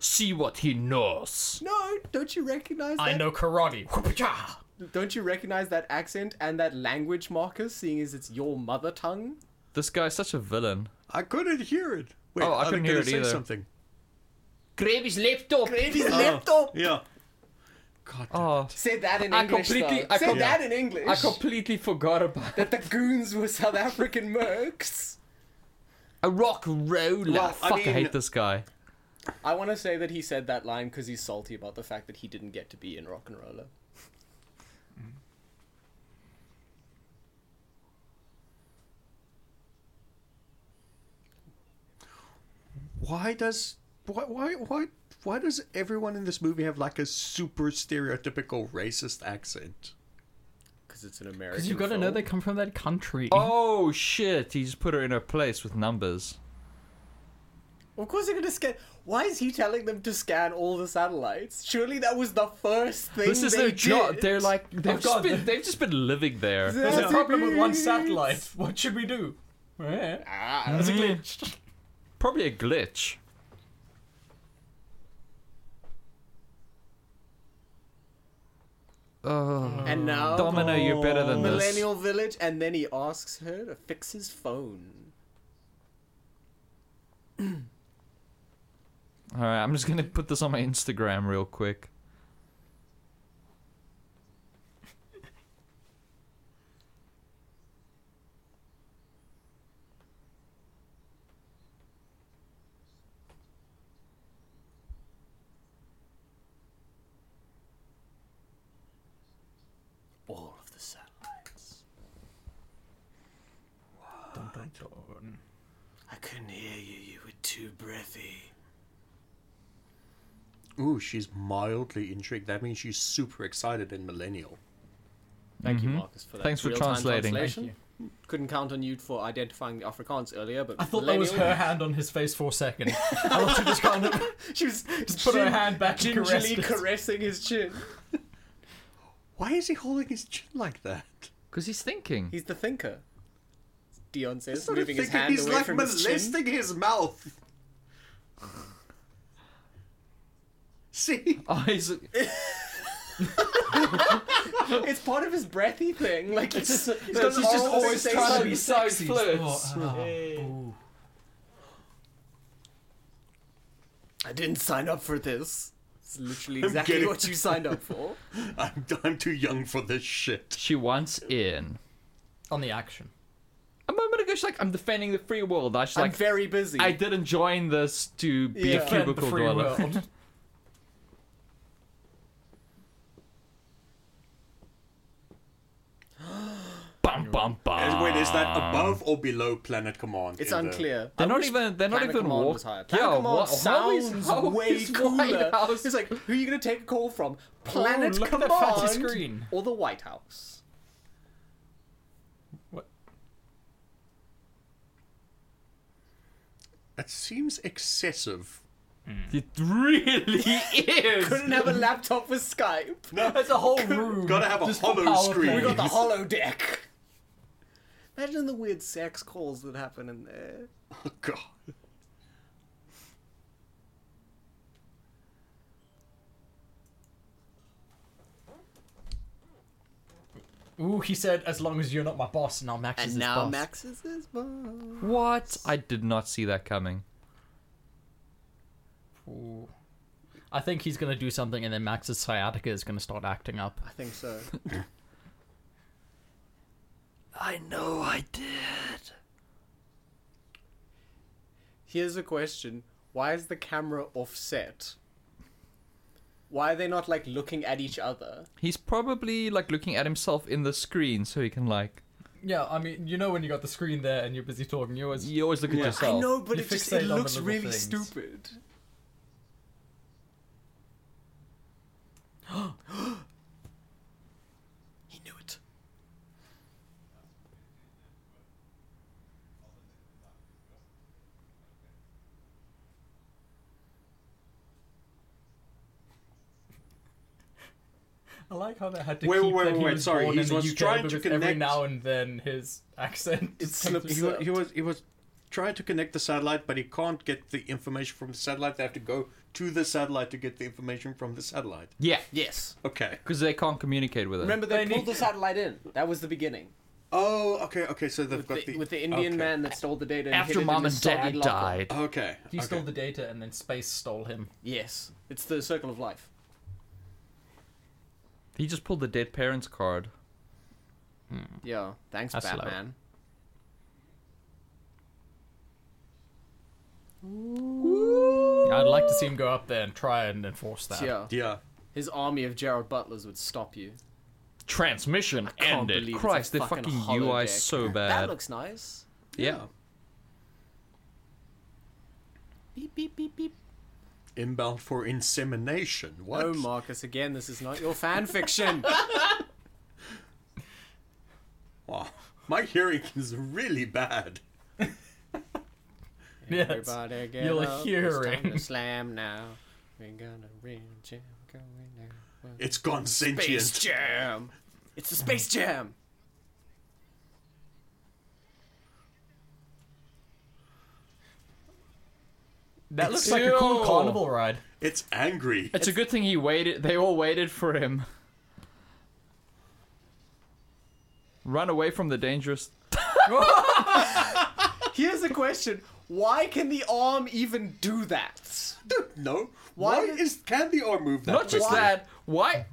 See what he knows.
no, don't you recognize that?
I know karate. Whoop-a-cha.
Don't you recognize that accent and that language, Marcus? Seeing as it's your mother tongue.
This guy's such a villain.
I couldn't hear it. Wait,
Oh, I
are they
couldn't hear
gonna
it
say
either.
Something.
Grab his laptop.
Baby's
Oh,
laptop.
Yeah. God. damn.
Oh,
Say that in
I
English.
completely-
though.
I
Say
com-
that in English.
I completely forgot about
that the goons were South African mercs.
a rock roller.
Well, I
Fuck, I,
mean-
hate this guy.
I want to say that he said that line because he's salty about the fact that he didn't get to be in Rock and Roller.
Why does why why why why does everyone in this movie have like a super stereotypical racist accent?
Because it's an American.
Because you've got to
film.
know they come from that country.
Oh shit! He's put her in her place with numbers.
Of course they're gonna scan. Why is he telling them to scan all the satellites? Surely that was the first thing.
This is
they
their
did.
job. They're like they've just
God.
been they've just been living there.
There's a
Yeah.
problem with one satellite. What should we do? Eh,
Ah,
That's a glitch.
Probably a glitch. Oh,
and now
Domino, you're better than this.
millennial village, and then he asks her to fix his phone.
All right, I'm just gonna put this on my Instagram real quick.
All of the satellites. I couldn't hear you. You were too breathy.
Ooh, she's mildly intrigued. That means she's super excited and millennial.
Thank
Mm-hmm.
you, Marcus, for that.
Thanks for
real-time
translating.
translation. Couldn't count on you for identifying the Afrikaans earlier, but
I thought that was
millennial- *laughs*
her hand on his face for a *laughs* second. I thought she was kind of
She was
just put her hand back and caressed
gingerly
it.
caressing his chin.
Why is he holding his chin like that?
Cause he's thinking.
He's the thinker. Dion says,
He's not a
moving his
thinker,
hand
he's
away
like
from his chin.
molesting his, mouth. *laughs* See?
Oh, he's
It's part of his breathy thing. Like it's just, he's
because he's
Oh,
just always trying to be
He's
so flirts.
I didn't sign up for this. It's literally
I'm
exactly
getting-
what you signed up for.
I'm, I'm too young for this shit.
She wants in.
on the action.
A moment ago, she's like, "I'm defending the free world." I she's
I'm
like,
very busy.
"I didn't join this to be
Yeah.
a
Defend
Defend the
cubicle
free
dweller."
*laughs* world.
Bum bum bum.
And wait, is that above or below Planet Command?
it's
in the-
unclear.
They're
I
not
wish
even. They're not
Planet
even
Command
walking.
was higher. Planet
Yeah,
Command
what,
sounds
how is, how
way
is White
cooler.
House-
It's like, who are you going to take a call from? Planet
look at that
Command
fancy screen.
or the White House?
What?
That seems excessive.
It
*laughs*
really is.
Couldn't have a laptop with Skype.
That's a whole room.
Gotta have a
Mm. just for
hollow
power
screen. Oh,
play.
We *laughs* got the
Yes.
hollow deck. Imagine the weird sex calls that happen in there.
Oh, God.
Ooh, he said, as long as you're not my boss, now Max is
And
his
now
boss.
Max is his boss.
What? I did not see that coming.
Ooh. I think he's gonna do something, and then Max's sciatica is gonna start acting up.
I think so.
I know I did.
Here's a question: Why is the camera offset? Why are they not like looking at each other?
He's probably like looking at himself in the screen so he can like
Yeah, I mean, you know when you got the screen there and you're busy talking, you always.
you always look at
Yeah.
yourself.
I know, but
you
it just
fixate
it
on the
looks
little
really
things.
stupid. *gasps* he knew it.
I like how they had to
Wait,
keep
wait,
that
wait,
he
wait,
was
sorry,
born
he
in the
was
UK
trying to
because every
connect-
now and then his *laughs* accent.
It slips
changes.
He, wa- he was he was trying to connect the satellite, but he can't get the information from the satellite. They have to go to the satellite to get the information from the satellite.
Yeah,
Yes.
Okay.
because they can't communicate with it.
Remember they,
They
pulled
need-
the satellite in. That was the beginning.
Oh, okay, okay. So they've
With
got
the,
the,
with the Indian
okay.
man that stole the data and hid
after
it
mom
in
and
his soggy
daddy
locker.
died.
Okay.
He
okay.
stole the data, and then space stole him.
Yes. It's the circle of life.
He just pulled the dead parents card.
Yeah. Thanks,
That's slow.
Batman.
I'd like to see him go up there and try and enforce that.
Yeah.
Yeah.
His army of Gerald Butlers would stop you.
Transmission
can't
ended.
believe it's a
Christ, the
fucking
fucking
holodeck.
UI so bad.
That looks nice.
yeah.
Beep beep beep beep.
Inbound for insemination. What?
Oh, Marcus, again, this is not your fan fiction.
Wow. My hearing is really bad.
*laughs* Yes.
Everybody get
You'll
up,
hear
it's time to
him.
slam now. We're gonna reach it, going now.
It's gone sentient.
Space Jam. It's the Space Jam.
That looks
It's-
like a cool
Ew.
carnival ride.
It's angry.
It's, a good thing he waited. They all waited for him. Run away from the dangerous.
Here's a question: Why can the arm even do that?
*laughs* don't know.
Why
Why,
did-
is can the arm move that
Not just
quickly?
that. Why?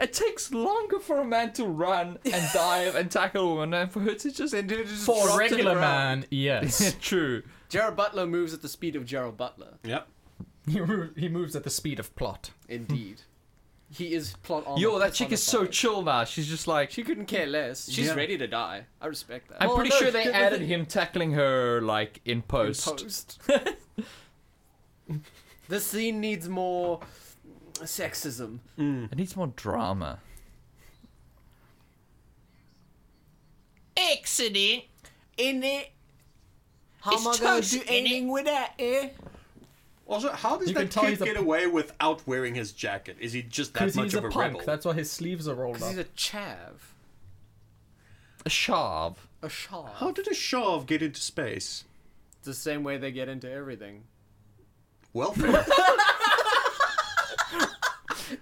It takes longer for a man to run and dive and tackle a woman than for her to just.
*laughs* Then do it just
For a
drop to
regular
the ground.
*laughs*
man, yes.
True.
Gerald Butler moves at the speed of Gerald Butler.
Yep.
he, mo- he moves at the speed of plot.
Indeed, he is plot armor.
Yo, that chick is so
personified.
chill now. She's just like.
She couldn't care less. She's
Yeah.
ready to die. I respect that.
I'm
Well,
pretty
no,
sure they
good-
added him tackling her like in post.
post. this scene needs more sexism.
It needs more drama. Accident.
In it. How
It's toast, innit?
with that, eh?
Also, how does
You can
that
tell
kid
he's a
get
p-
away without wearing his jacket? Is he just that
Because
much
he's a
of a,
punk,
rebel?
that's why his sleeves are rolled
Because
up.
he's a chav.
A shav.
A shav.
How did a Shav get into space?
It's the same way they get into everything.
Welfare.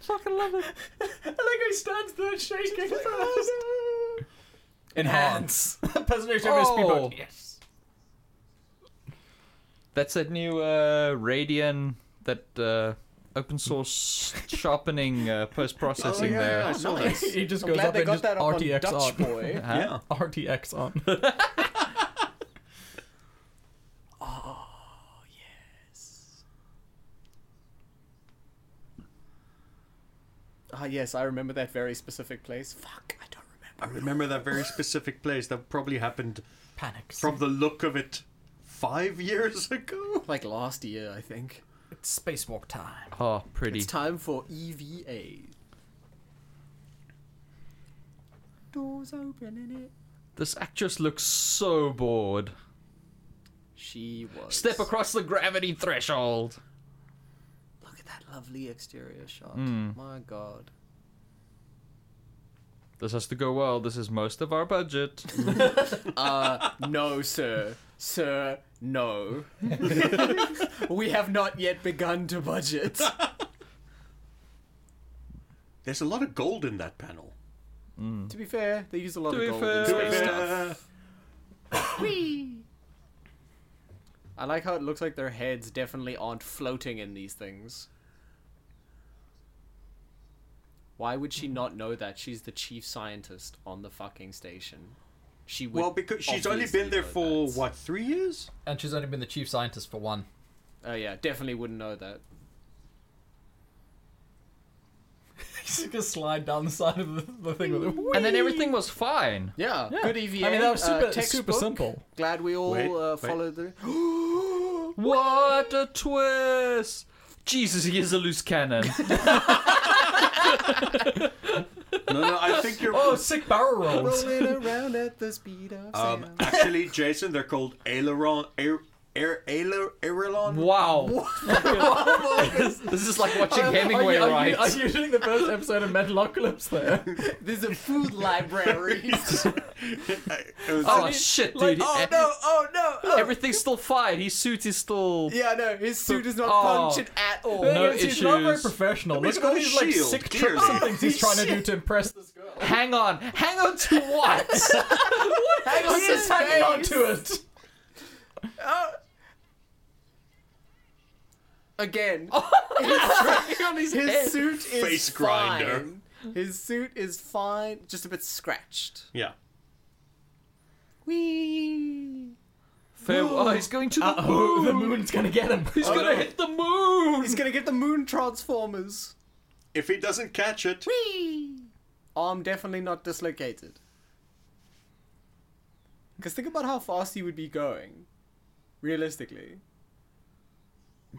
Fucking love it.
*laughs* I like how he stands there shaking first. Enhance. *laughs* Impersonation of a
Oh.
speedboat. Yes.
That's that new uh, Radian, that uh, open source sharpening uh, post processing
yeah,
there.
Oh, yeah, I saw
*laughs*
that.
He just
I'm
goes
glad
up
they
and
got
just
that up on
RTX *laughs*
Dutch
on.
Boy.
Huh?
yeah.
RTX *laughs* on.
Ah, yes, I remember that very specific place. Fuck, I don't remember.
I remember that very specific place that probably happened
Panics.
from the look of it five years ago.
Like last year, I think.
It's spacewalk time.
Oh, pretty.
It's time for E EVA. Doors open in it.
this actress looks so bored.
She was.
Step across the gravity threshold.
Look at that lovely exterior shot.
Hmm.
My god.
This has to go well. This is most of our
*laughs*
budget.
Uh, no, sir. Sir,
*laughs*
no. we have not yet begun to
*laughs*
budget.
There's a lot of gold in that panel.
To be fair, they use a lot
To
of
be
gold
fair.
and
To be
space
fair.
stuff. I like how it looks like their heads definitely aren't floating in these things. Why would she not know that? She's the chief scientist on the fucking station. She
*laughs*
would
Well, because she's only
obviously
been there
know
for
that.
what three years?
And she's only been the chief scientist for *laughs* one.
Oh yeah, definitely wouldn't know that.
She's gonna slide down the side of the, the thing with it.
And then everything was fine.
Yeah, good EVA.
I mean, that was
uh,
super, super
textbook.
simple.
Glad we all
Wait,
uh,
wait. *laughs*
followed the.
What a twist!
Jesus, he is a loose
*laughs*
cannon.
No, no, I think you're.
Oh, sick barrel rolls. *laughs*
Rolling around at the speed
*laughs*
of
um,
sound.
actually, Jason, they're called aileron, air, air, ailer, aileron. *laughs*
wow. *laughs* this is like watching Hemingway
are, you, are, you,
write.
are you doing the first episode of Metalocalypse *laughs* there?
There's
*laughs*
a food library. *laughs*
Oh shit, dude.
oh no! Oh no! Oh.
Everything's still fine. His suit is
*laughs*
still.
Yeah, no, his suit is not
Oh.
punctured at all.
No
He's not very
issues.
professional. Look
He's
at all
got a
these like
shield,
sick
clearly.
tricks and things he's trying to do to impress *laughs* this girl.
Hang on. Hang on to what?
*laughs* Hang on,
His
just hanging on
face.
to it.
Again, his, *laughs* his
head.
suit is
Face
fine.
grinder.
His suit is fine, just a bit scratched.
Yeah.
Wee.
Fair- oh, he's going to the
Oh,
moon.
the moon's gonna get him. Uh,
He's gonna hit the moon.
*laughs*
He's gonna get the moon transformers.
If he doesn't catch it,
Arm definitely not dislocated. Because think about how fast he would be going, realistically.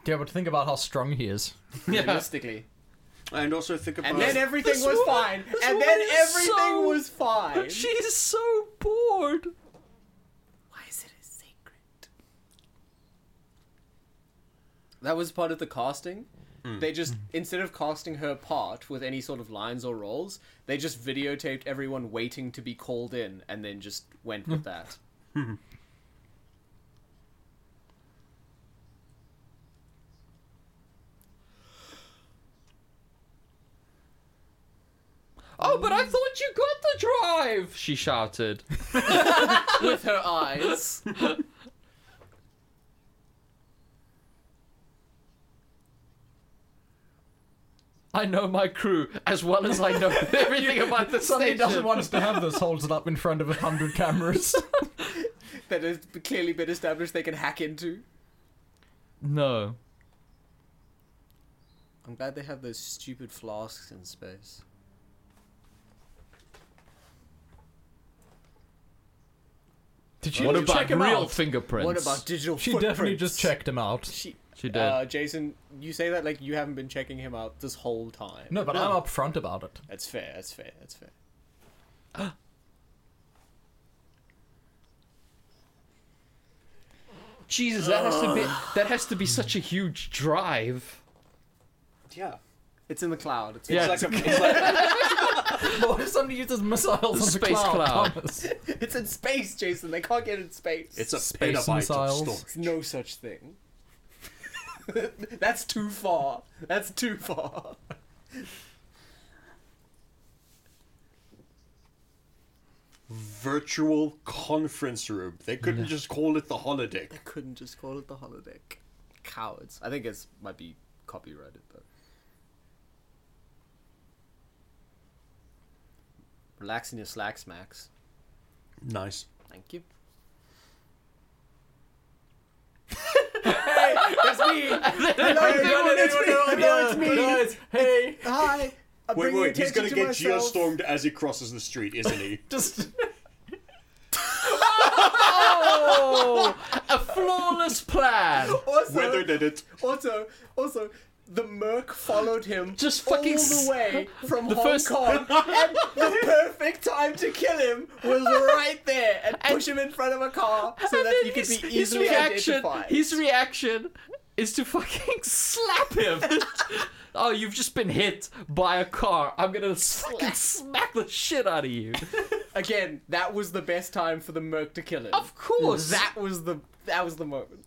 Yeah, but think about how strong he is.
Yeah. *laughs*
Realistically.
and also think about
And then everything
This
was
woman-
fine.
this
And
woman
then
is
everything
so-
was fine.
She's so bored.
Why is it a secret? That was part of the casting.
Mm.
They just instead of casting her part with any sort of lines or roles, they just videotaped everyone waiting to be called in, and then just went with that.
Oh, but I thought you got the drive! She shouted.
with her eyes.
I know my crew as well as I know everything about the
Sunny
station.
doesn't want us to have this, holds it up in front of a hundred cameras.
that has clearly been established they can hack into.
No.
I'm glad they have those stupid flasks in space.
*laughs* Did she
what
just
about
check him
real
out?
fingerprints?
What about digital
She definitely
footprints?
just checked him out.
She,
She did.
uh, Jason, you say that like you haven't been checking him out this whole time.
No, but I'm upfront about it. *laughs*
That's fair. That's fair. That's fair.
Jesus, that has to be that has to be such a huge drive.
yeah,
It's in the cloud. It's
Yeah,
it's like a, it's like,
What if somebody uses missiles on the
space
cloud?
cloud.
Thomas? *laughs*
It's in space, Jason. They can't get in space.
it's a
Space
petabyte
missiles.
of storage.
There's no such thing. That's too far. That's too far.
Virtual conference room. They couldn't just call it the holodeck.
Couldn't just call it the holodeck. Cowards. I think it might be copyrighted though. Relax in your slacks, Max.
Nice.
Thank you. hey, it's me. Hello, everyone, it's me. Hello, it's me.
Guys, hey,
*laughs*
Hi. I'm
Wait,
bringing
wait. He's
attention
gonna get
myself.
geostormed as he crosses the street, isn't
*laughs*
he?
*laughs* just
A flawless *laughs* plan.
Weather
Also,
did it.
also, also, the Merc followed him
Just
all
fucking
the
s- *laughs*
way from
the
Hong
first-
Kong, and
*laughs*
the perfect time to kill him was right there and, push him in front of a car so that he could
his,
be
his
easily
reaction,
identified.
his reaction is to fucking *laughs* slap him. oh, you've just been hit by a car. I'm gonna fucking smack the shit out of you.
Again, that was the best time for the Merc to kill him.
Of course.
that was the that was the moment.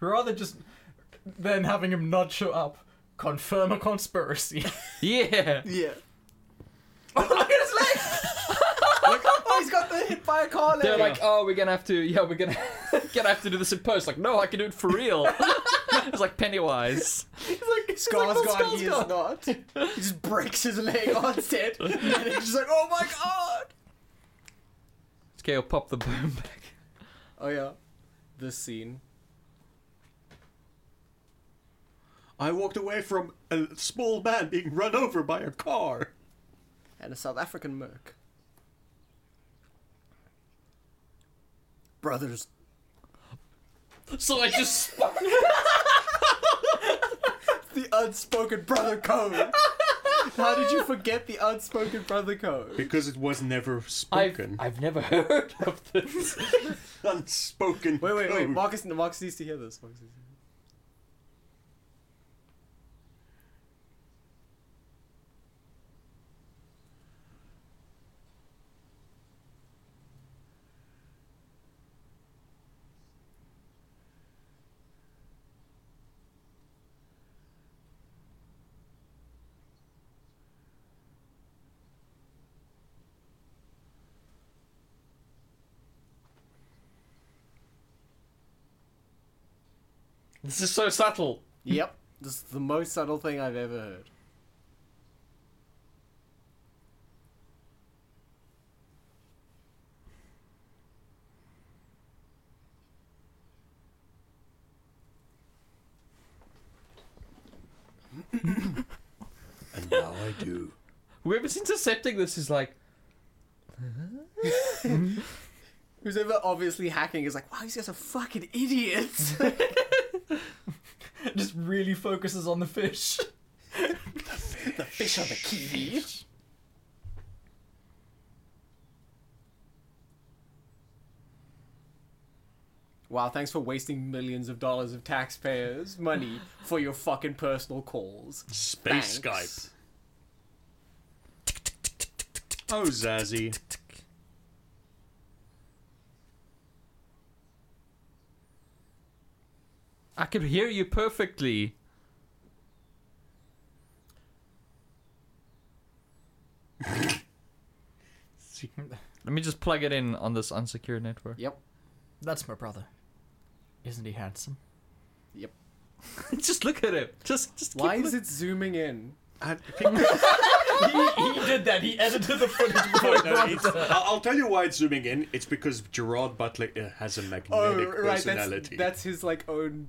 rather just than having him not show up, confirm a conspiracy.
*laughs*
Yeah.
Yeah.
Look at his leg!
*laughs*
oh, he's got the hit by a car
They're like, oh, we're gonna have to, yeah, we're gonna, *laughs* gonna have to do this in post. Like, no, I can do it for real. it's like Pennywise.
He's like, he's
Scar's
like,
gone, he is
Skarsgård.
not. He just breaks his leg on set. And he's just like, oh my god!
Okay, I'll pop the bone back.
Oh yeah. This scene.
I walked away from a small man being run over by a car.
And a South African merc. Brothers.
So I just sp-
The unspoken brother code! How did you forget the unspoken brother code?
Because it was never spoken.
*laughs* I've never heard of this.
Unspoken.
Wait, wait, wait.
code.
Marcus, Marcus needs to hear this. Marcus needs to hear
This is so subtle.
this. Yep. This is the most subtle thing I've ever heard.
And now I do.
Whoever's intercepting this is like,
Who's ever obviously hacking is like, wow, these guys are fucking idiots.
*laughs* Just really focuses on the fish.
Fish on the *laughs* kiwi. Wow, thanks for wasting millions of dollars of taxpayers' money for your fucking personal calls.
Space
Thanks.
Skype. Oh, Zazzy.
I can hear you perfectly. Let me just plug it in on this unsecure network.
Yep.
*laughs* That's my brother. Isn't he handsome?
*laughs* just look at it. Just, just.
Why
keep
is it zooming in?
I, *laughs*
he, *laughs* he did that. He edited the footage before
no, it's- I- *laughs* I'll tell you why it's zooming in. It's because Gerard Butler uh, has a magnetic
Oh, right. That's,
personality.
that's his like own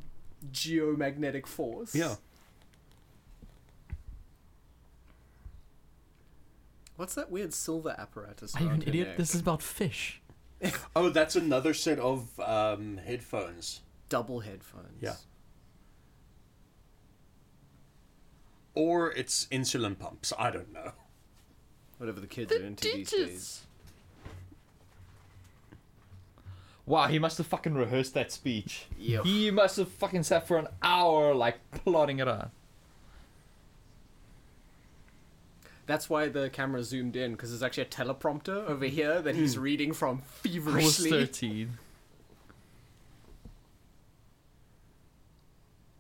geomagnetic force.
yeah.
What's that weird silver
*laughs*
apparatus?
Are you
around
an
her
idiot?
neck?
This is about fish.
Oh, that's another set of um, headphones.
double headphones.
Yeah. Or it's insulin pumps. I don't know.
Whatever the kids are into these days.
Wow, he must have fucking rehearsed that speech.
Yeah.
He must have fucking sat for an hour, like plotting it out.
That's why the camera zoomed in because there's actually a teleprompter over here that he's reading from
I was
feverishly.
thirteen.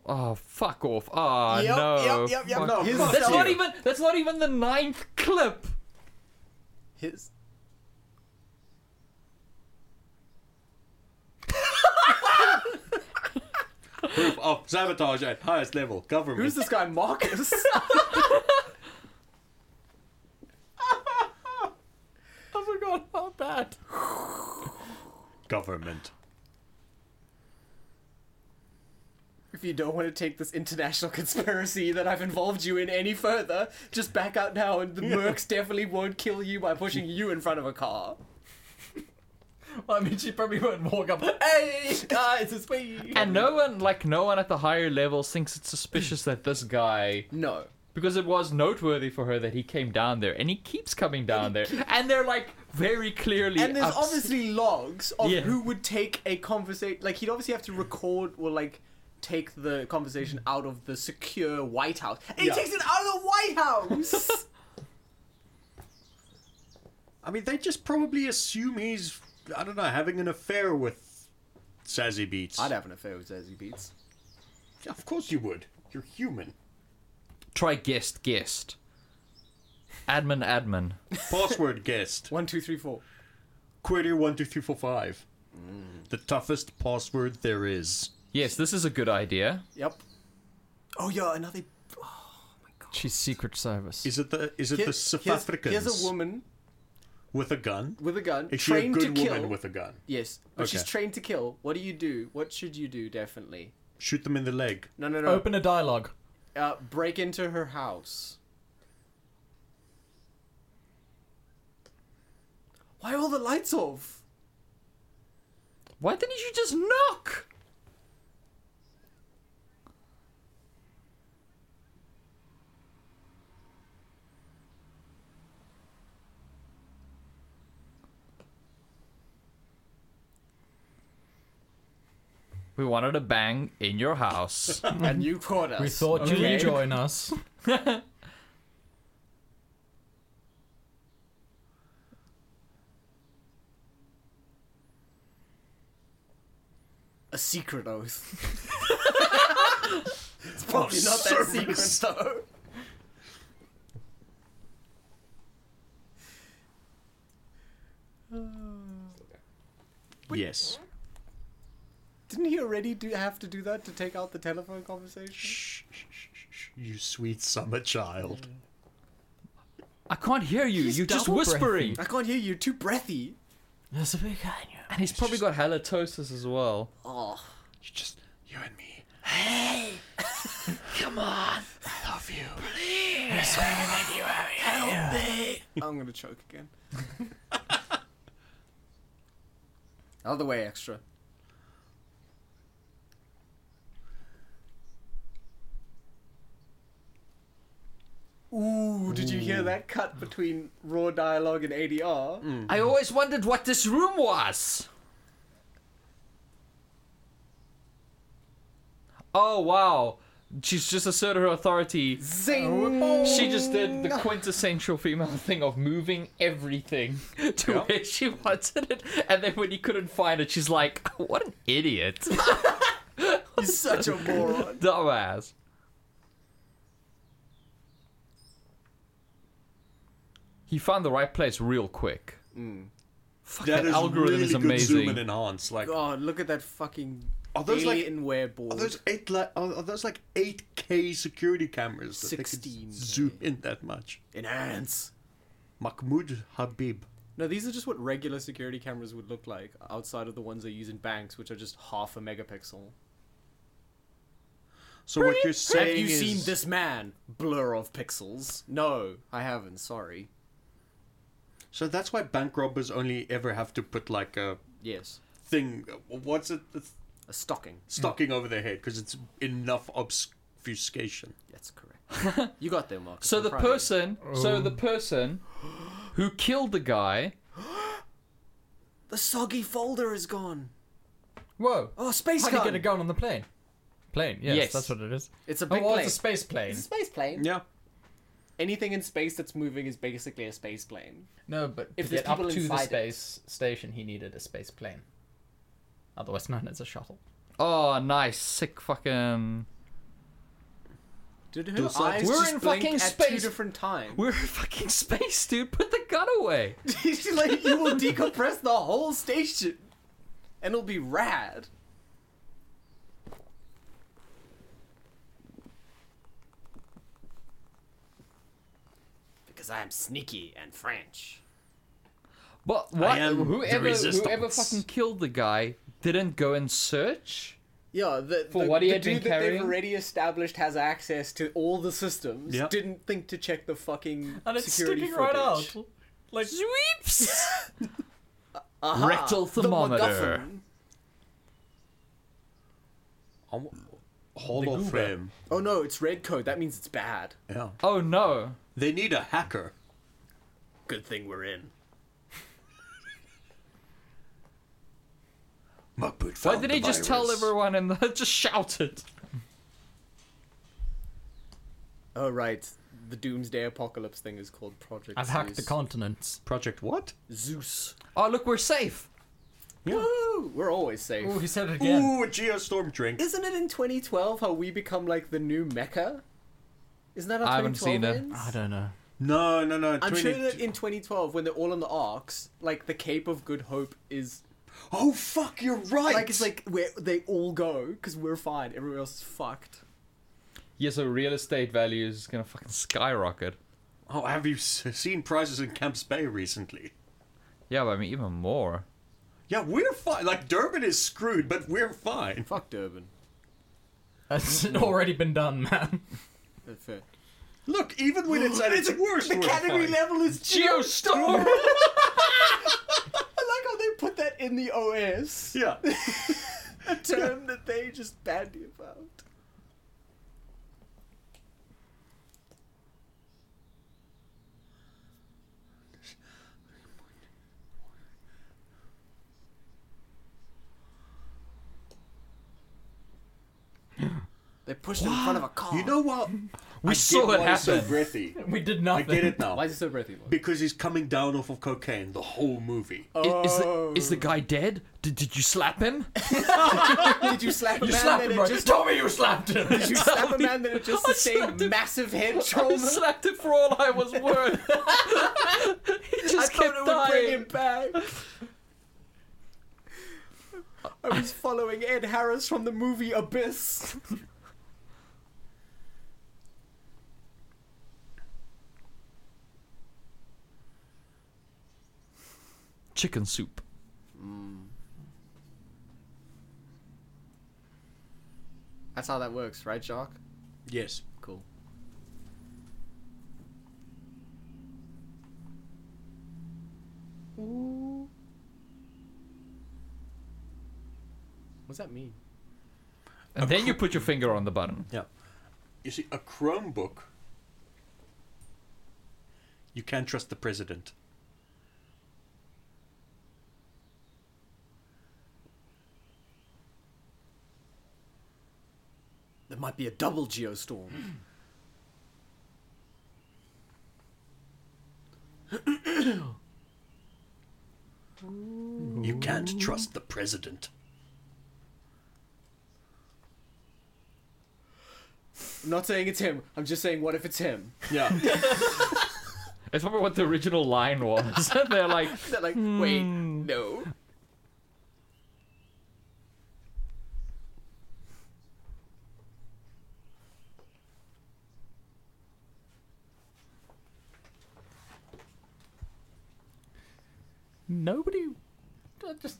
Oh fuck off! Oh
Yep,
no!
yep, yep, yep.
Fuck
No, of
off.
course
that's
you.
not even. That's not even the ninth
*laughs*
clip.
His
Proof of sabotage at highest level. Government.
who's this guy,
*laughs*
Marcus? *laughs*
I
Oh
forgot about that.
Government.
if you don't want to take this international *laughs* conspiracy that I've involved you in any further, just back out now,
*laughs*
and the mercs definitely won't kill you by pushing you in front of a car.
I mean, she probably won't walk up. Hey, guys, it's me.
And no one, like no one at the higher levels, thinks it's suspicious that this guy,
No.
because it was noteworthy for her that he came down there, and he keeps coming down there, and they're like very clearly.
And there's
ups-
obviously logs of
Yeah.
who would take a conversation. Like he'd obviously have to record or like take the conversation out of the secure White House. And he
Yeah.
takes it out of the White
*laughs*
House. *laughs*
I mean, they just probably assume he's, I don't know, having an affair with Sazzy Beats.
I'd have an affair with Zazie Beats.
Of course you would. You're human.
try guest guest. Admin, admin.
*laughs* Password guessed.
One, two, three, four.
Query one two three four five.
Mm.
The toughest password there is.
Yes, this is a good idea.
Yep. Oh yeah, another.
She's secret service.
Is it the is it the South
here's,
Africans
here's a woman
with a gun?
with a gun,
Is she a
trained
good
to
woman
kill.
with a gun?
yes, but she's
Okay.
trained to kill. What do you do? What should you do? Definitely.
Shoot them in the leg.
No, no, no.
Open a dialogue.
Uh, break into her house. Why are all the lights off?
Why didn't you just knock? We wanted a bang in your *laughs* house.
and you caught us.
We thought
okay?
you'd join us.
a
*laughs*
secret oath. it's probably not that
service.
secret though.
Yes.
Didn't he already do have to do that to take out the telephone conversation?
Shh, shh, shh, shh, you sweet summer child.
I can't hear you.
He's
You're just
double
whispering.
I can't hear you. Too breathy.
There's a big
And he's probably got halitosis as well.
Oh,
You just you and me. *laughs* Hey, come on. I love you. Please. Help me.
I'm gonna choke *laughs* again. out of the way, extra. Ooh, did you hear that cut between raw dialogue and ADR?
I always wondered what this room was. Oh wow. She's just asserted her authority.
Zing!
She just did the quintessential female thing of moving everything *laughs* to where she wanted it. And then when he couldn't find it, she's like, *laughs* what an idiot. *laughs*
He's such a moron.
Dumbass. He found the right place real quick. Fuck, that,
That is
algorithm
really
is
good
amazing.
zoom and enhance. Like
*laughs* God, look at that fucking
Are those like-
Alienware board.
are those eight like are, are those like eight K security cameras that they could
16K.
zoom in that much?
Enhance.
Mahmoud Habib.
No, these are just what regular security cameras would look like outside of the ones they use in banks, which are just half a megapixel.
So what you're saying
Have you
is
seen this man? Blur of pixels. No, I haven't. Sorry.
So that's why bank robbers only ever have to put like a
Yes,
thing. What's it? The
a stocking.
stocking over their head because it's enough obfuscation.
That's correct. you got there, Marcus.
So
I'm
the
proud of you.
person, so
Oh.
the person who killed the guy,
The soggy folder is gone.
Whoa.
Oh, space
How do you
gun.
get a gun on the plane? Plane, yes,
Yes.
that's what it is.
It's a
Oh,
big
well,
plane.
it's a space plane.
space plane.
Yeah.
Anything in space that's moving is basically a space plane.
No, but
If
to
there's
get up
people
to the
inside it.
space station, he needed a space plane. Otherwise known as a shuttle.
oh nice, sick fucking.
Did her
Those sides-
eyes
We're
just
in
blink
fucking
at two
space.
different times?
We're in fucking *laughs* space, dude. Put the gun away.
She's like, you will decompress the whole station, and it'll be rad. Because I am sneaky and French.
But what?
am the
Whoever, whoever
resistance.
fucking killed the guy didn't go and search.
Yeah, the,
For
the-
what he
the
had been
dude that they've
carrying?
already established has access to all the systems.
Yep.
Didn't think to check the fucking
And it's
security
sticking
footage.
right out. Like,
Sweeps.
*laughs* Aha,
Rectal
the
thermometer.
MacGuffin.
Hold
The
on
Goober.
frame.
Oh no, it's red code. That means it's bad.
Yeah.
Oh no.
They need a hacker.
Good thing we're in.
Mahmoud
Why
found
did
the
he just tell
virus.
everyone and *laughs* just shouted?
Oh right, the Doomsday Apocalypse thing is called Project.
I've hacked the
Zeus.
continents.
Project what?
Zeus.
Oh look, we're safe.
Woo! We're always safe.
Oh, he said it again.
Ooh, a geostorm drink.
Isn't it in 2012 how we become like the new Mecca? Isn't that how
I haven't
2012
seen it.
ends?
I don't know.
No, no, no.
I'm
20
sure that in 2012, when they're all on the arcs, like the Cape of Good Hope is
oh fuck, you're right.
like it's like where they all go because we're fine. Everyone else is fucked.
Yeah, so real estate value is gonna fucking skyrocket.
oh, have you s- seen prices in Camps Bay recently?
Yeah, but I mean even more.
Yeah, we're fine. Like Durban is screwed, but we're fine.
Fuck Durban.
That's *laughs* already been done, man.
That's fair.
Look, even
*laughs*
when it's at its worst,
The
we're
category
fine.
level is geos.
Geostorm!
I like how they put that in the OS.
Yeah.
A term that they just bandy about. They pushed it in front of a car.
You
*laughs*
know what?
we saw
Get
it
why he's so
happen.
breathy.
*laughs* We did
I
nothing.
get it now.
why is it so breathy? Mark?
Because he's coming down off of cocaine the whole movie.
Is, is the, is the guy dead? Did, did you slap
*laughs*
him?
Did you slap a
You
man
slapped
that
him,
had
right?
just
Tommy, you slapped him.
Did
*laughs*
you slap a man that had just
I slapped
sustained
him.
massive head
I
trauma?
slapped him for all I
*laughs*
was worth. *laughs* he
I
just
thought
kept
it would bring him
dying.
back. *laughs* I was following Ed Harris from the movie Abyss.
Chicken soup.
That's how that works, right, Jacques?
Yes.
Cool. What's that mean?
And then you put your finger on the button.
Yeah. You see, a Chromebook. You can't trust the president.
There might be a double geostorm.
You can't trust the president.
I'm not saying it's him. I'm just saying, what if it's him? *laughs*
Yeah.
That's probably what the original line was. *laughs* They're like,
They're like, wait, no.
Nobody. I Just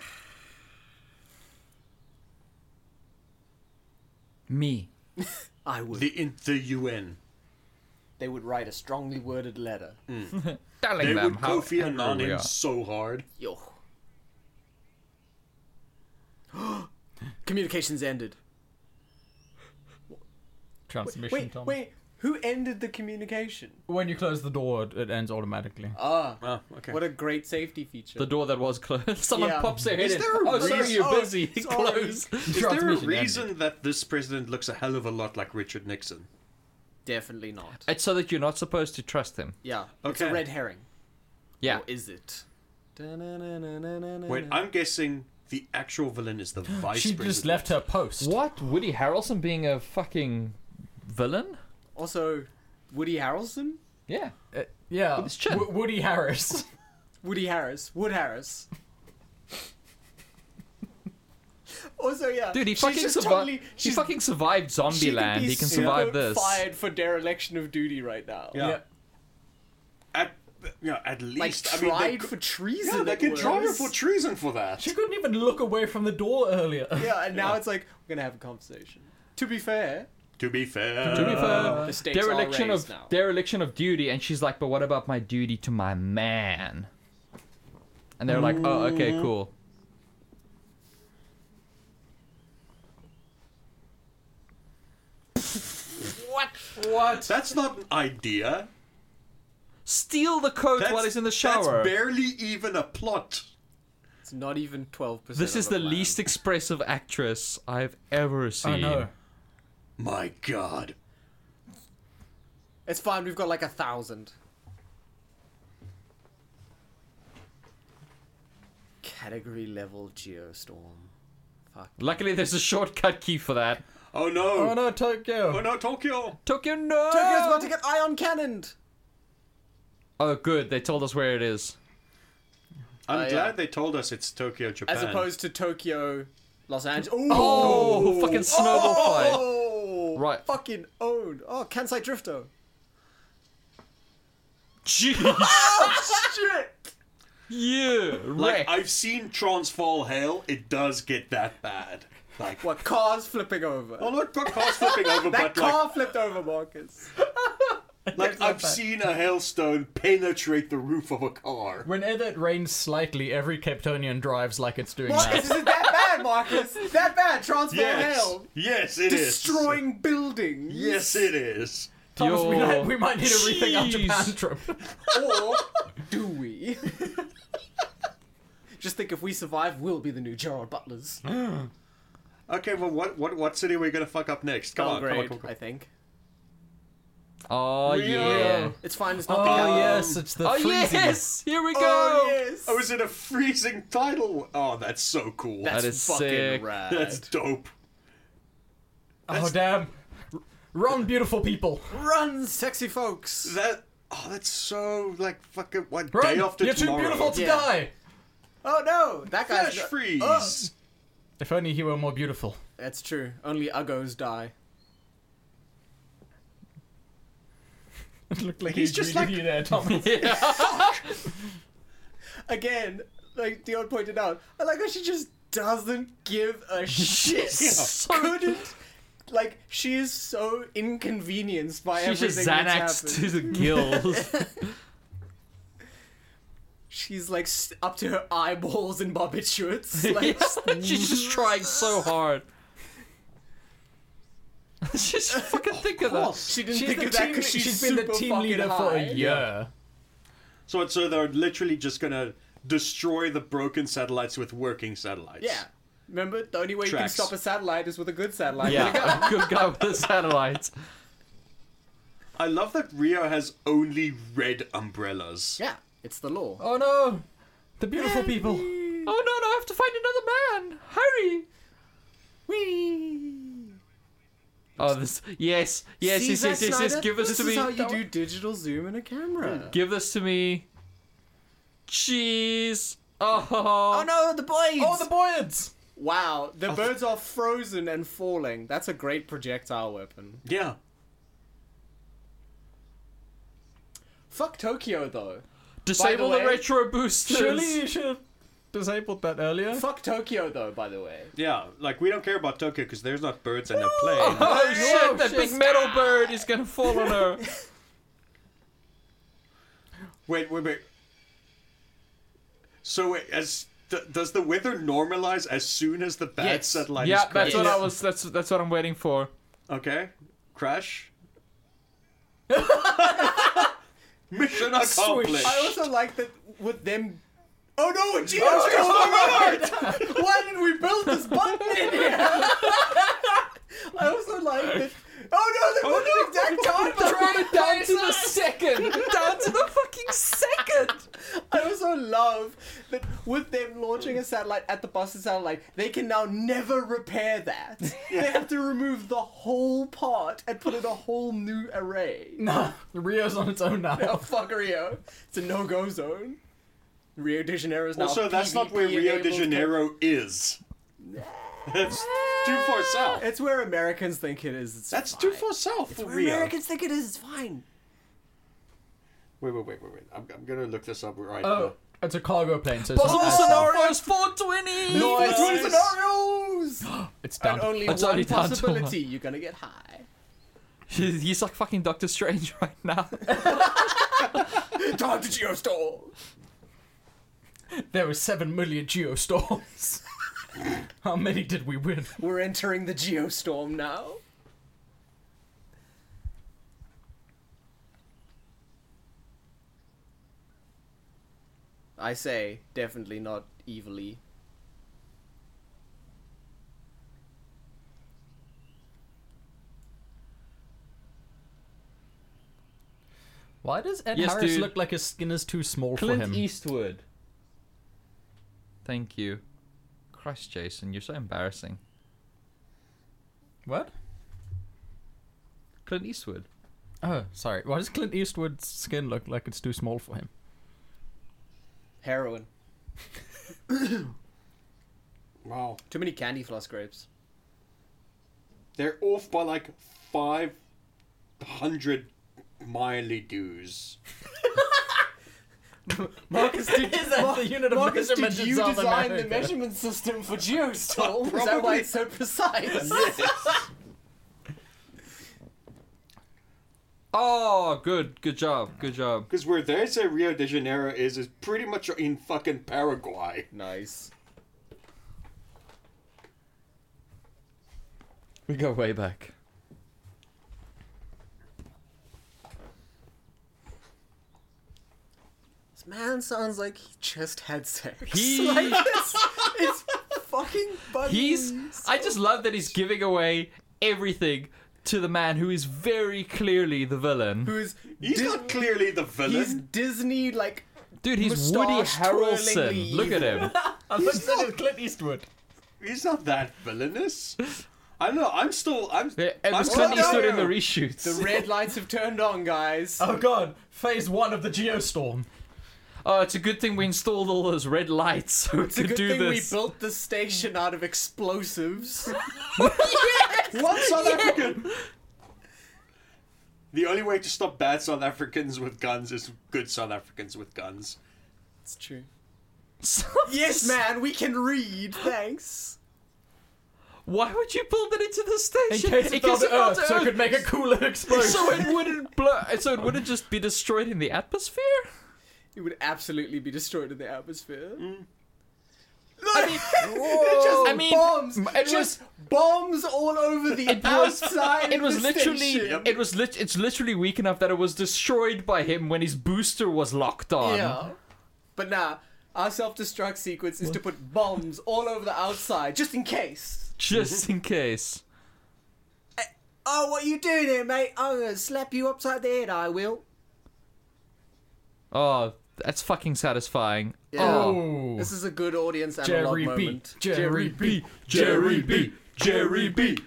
*sighs* me.
I
*laughs*
would.
the in the UN.
they would write a strongly worded letter.
Telling
They
them
would
how angry
Kofi
we
Annan
are.
so hard.
Yo. *gasps* Communications ended.
transmission,
Wait,
Tom.
wait. Who ended the communication?
When you close the door, it, it ends automatically.
Ah,
Oh, okay.
what a great safety feature.
The door that was closed. *laughs* Someone
Yeah.
pops their head
Is
in.
there a
oh, sorry,
reason-
you're
Oh,
busy. *laughs*
sorry.
Close.
Is there a
Transmission ended.
reason that this president looks a hell of a lot like Richard Nixon?
Definitely not.
It's so that you're not supposed to trust him.
Yeah, it's
Okay.
a red herring.
Yeah.
Or is it?
Wait,
Wait,
I'm guessing the actual villain is the vice
*gasps* She
president.
just left her post.
What? Woody Harrelson being a fucking villain?
Also, Woody Harrelson?
Yeah.
Uh, yeah.
his chin.
Wo- Woody Harris.
Woody Harris. Wood
*laughs*
Harris. also, yeah.
Dude, he
she's
fucking
just
survived.
totally-
he
she's-
fucking survived
she could
Zombieland.
be
He can
so
survive this.
Fired for dereliction of duty right now.
*laughs* Yeah. At, yeah, at
Like
least. I
tried
mean, they,
for
could-
treason.
yeah, they
it
can try her
was.
for treason for that.
She couldn't even look away from the door earlier. *laughs*
Yeah, and now it's like we're gonna have a conversation. To be fair,
To be fair.
To be fair,
Uh, the stakes
dereliction
are raised
of
now.
dereliction of duty, and she's like, "But what about my duty to my man?" And they're like, "Oh, okay, cool." what? What?
That's not an idea.
Steal the coat
That's,
while he's in the shower.
That's barely even a plot.
it's not even twelve percent.
this is the least expressive actress I've ever seen.
I know.
My god.
It's fine. We've got like a thousand. Category level geostorm.
Luckily, there's a shortcut key for that.
Oh no!
Oh no, Tokyo!
Oh no, Tokyo!
Tokyo, no!
Tokyo's about to get ion cannoned.
Oh, good. They told us where it is.
I'm
uh,
yeah.
glad they told us it's Tokyo, Japan.
As opposed to Tokyo, Los Angeles.
Oh, fucking snowball fight.
Oh,
Right.
Fucking owned. Oh, Kansai Drifter.
Jeez. *laughs*
Shit.
yeah.
like
Wreck.
I've seen Transfall Hell, it does get that bad. Like what?
What cars flipping over?
Well, not not Oh, cars flipping over, but
that car flipped
*laughs*
over, Marcus.
like, like I've seen a hailstone penetrate the roof of a car.
Whenever it rains slightly, every Kryptonian drives like it's doing
Marcus, is
that.
it that bad, Marcus? That bad? Transform
Yes,
hell.
yes, it is.
Destroying buildings.
Yes, it is.
*laughs* Thomas, we,
Yo.
might, we might need to rethink our
Jeez.
Japan trip.
*laughs*
*laughs*
Or do we? *laughs* Just think if we survive, we'll be the new Gerald Butlers.
Okay, well, what what what city are we gonna fuck up next? Come on, come on,
Belgrade,
come on, come
I
on.
think.
oh, yeah.
It's fine, it's not the
Oh
capital.
yes, it's the
Oh,
freezing.
yes. Here we go.
Oh, yes.
I was in a freezing title. Oh, that's so cool.
That's
That is
fucking
sick.
rad.
that's dope.
Oh damn! Run, beautiful people!
Run, sexy folks.
That oh, that's so like fucking what
Run!
day after
You're
tomorrow.
too beautiful to
Yeah.
die.
Oh no, that guy's.
Flash freeze.
If only he were more beautiful. *laughs*
That's true. Only uggos die.
It looked like
He's
he
just
greeted
like-
you
*laughs*
there, Thomas.
Again, like Dion pointed out, I like how she just doesn't give
*laughs*
a shit.
so-
Couldn't. Like she is so inconvenienced by
She's just
everything that's
Xanax to
happened.
the gills.
She's like s- up to her eyeballs in
*laughs*
barbiturates. Like,
*laughs* She's just trying so hard. *laughs* She's fucking think of that.
*laughs* she didn't
She's
think
the
of that
team-
because she's,
she's been the
super
team
fucking
leader
high.
for a year.
So it's- so they're literally just gonna destroy the broken satellites with working satellites.
Yeah. Remember, the only way
Tracks.
you can stop a satellite is with a good satellite.
Yeah, a good guy with the satellites.
I love that Rio has only red umbrellas.
*laughs* Yeah, it's the law.
Oh no! The beautiful people.
Oh no, no, I have to find another man. Hurry! Oh, this. Yes, yes,
See,
yes,
Zack
yes, yes, yes.
Snyder?
Give this,
this
to me.
is how you do digital zoom in a camera.
Give this to me. Jeez. Oh.
no, the boys!
Oh, the boyards!
wow, the birds are frozen and falling. That's a great projectile weapon.
Yeah.
Fuck Tokyo though.
Disable the,
way-
retro boosters.
Surely you should have disabled that earlier.
Fuck Tokyo though. By the way,
Yeah, like we don't care about Tokyo because there's not birds in a *laughs* plane.
Oh shit! That
shit.
big metal bird is gonna fall on her.
wait, wait, wait. So wait, as th- does the weather normalize as soon as the bad
Yes.
satellite
yeah,
is
that's
crashed?
what I was. That's that's what I'm waiting for.
Okay, crash. *laughs* Mission accomplished.
I also like that with them. Oh no, a geostationary! Why did we build this button in here? I also like that. Oh no, they put the exact time
Run
between
it down to the second. down to the fucking second.
I also love that with them launching a satellite at the Boston satellite, they can now never repair that. They have to remove the whole part and put in a whole new array.
No, *laughs* Rio's on its own now.
*laughs* Oh fuck Rio! It's a no-go zone. Rio de Janeiro is now.
Also, that's not where Rio de
PvP-enabled
Janeiro is. That's too far south.
*laughs* It's where Americans think it is. It's
That's
fine.
too far south for
Where
Rio.
Americans think it is. It's fine.
Wait, wait, wait, wait, wait. I'm, I'm gonna look this up right
Oh, it's a cargo plane, so it's
Possible
not that-
scenarios 420.
now.
It's one scenarios.
It's down.
And only
It's
one
only down to
possibility. *laughs* You're gonna get high.
He's he's like fucking Doctor Strange *laughs* right now.
Time to geostorm.
There were seven million geostorms. *laughs* How many did we win?
We're entering the geostorm now. I say, definitely not evilly.
Why does Ed
Yes,
Harris
dude.
look like his skin is too small for him?
Eastwood. Thank you. Christ, Jason, you're so embarrassing.
What?
Clint Eastwood.
Oh, sorry. Why does Clint Eastwood's skin look like it's too small for him?
Heroin.
Wow.
Too many candy floss grapes.
They're off by like 500 miley dues.
Marcus,
*laughs*
did,
Is that the unit of
Marcus, did
measurement in
you
South
design the
America?
measurement
*laughs*
system for Geostall? Is that why
Probably.
it's so precise? *laughs*
Oh, good, good job, good job.
Because where they say Rio de Janeiro is, is pretty much in fucking Paraguay.
Nice.
We go way back.
This man sounds like he just had sex.
He-
*laughs* like it's, it's fucking funny.
He's. I just love that he's giving away everything to the man who is very clearly the villain.
who's
He's
Dis-
not clearly the villain.
he's Disney like
Dude, he's Woody
Moustache twirling
Harrelson. Look at him.
*laughs* I looked at it, Clint Eastwood.
He's not that villainous. I don't know. I'm still. I'm.
It was
I'm
Clint
still-
Eastwood in the
the
reshoots.
*laughs*
red lights have turned on, guys.
Oh god, phase one of the geostorm.
Oh, it's a good thing we installed all those red lights so we
It's a
could
good
do
thing
this. *laughs*
we built the station out of *laughs* explosives.
What South African? The only way to stop bad South Africans with guns is good South Africans with guns.
it's true.
Stop
Yes,
this.
man, we can read. *gasps* Thanks.
Why would you build it into the
In
station?
case it fell to
fell
Earth,
oh,
to
so it
Earth.
could make a cooler
*laughs*
explosion.
So it wouldn't blow. So it wouldn't just be destroyed in the atmosphere.
It would absolutely be destroyed in the atmosphere.
I
*laughs*
mean,
They're just
I mean,
bombs.
m- it
just bombs all over *laughs* the
it was.
outside.
It was
of the
literally.
station.
It was lit. It's literally weak enough that it was destroyed by him when his booster was locked on.
Yeah. But nah, our self-destruct sequence is to put bombs all over the outside, just in case.
Just in case.
Oh, what you doing here, mate? I'm gonna slap you upside the head. I will.
Oh, that's fucking satisfying. Oh.
Oh.
This is a good audience analog
*laughs* Jerry B.
moment.
Jerry B.
Jerry B.
Jerry B.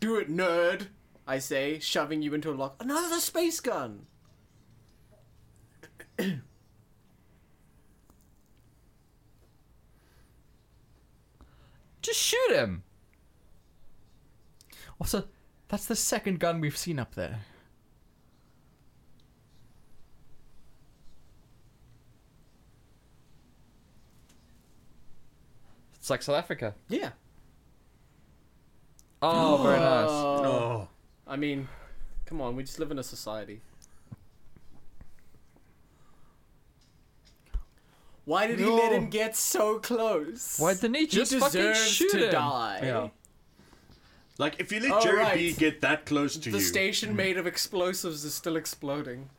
Do it, nerd. I say, shoving you into a lock. Another space gun.
Just shoot him.
Also, that's the second gun we've seen up there.
It's like South Africa.
Yeah.
Oh,
*gasps*
very nice.
Oh.
Uh, I mean, come on, we just live in a society. Why did he let
No.
him get so close?
Why didn't he
he
just fucking
deserves
shoot
to
him?
die?
Yeah. Like, if you let
Oh,
Jerry
right.
B get that close to
The
you. Mm-hmm.
station made of explosives is still exploding.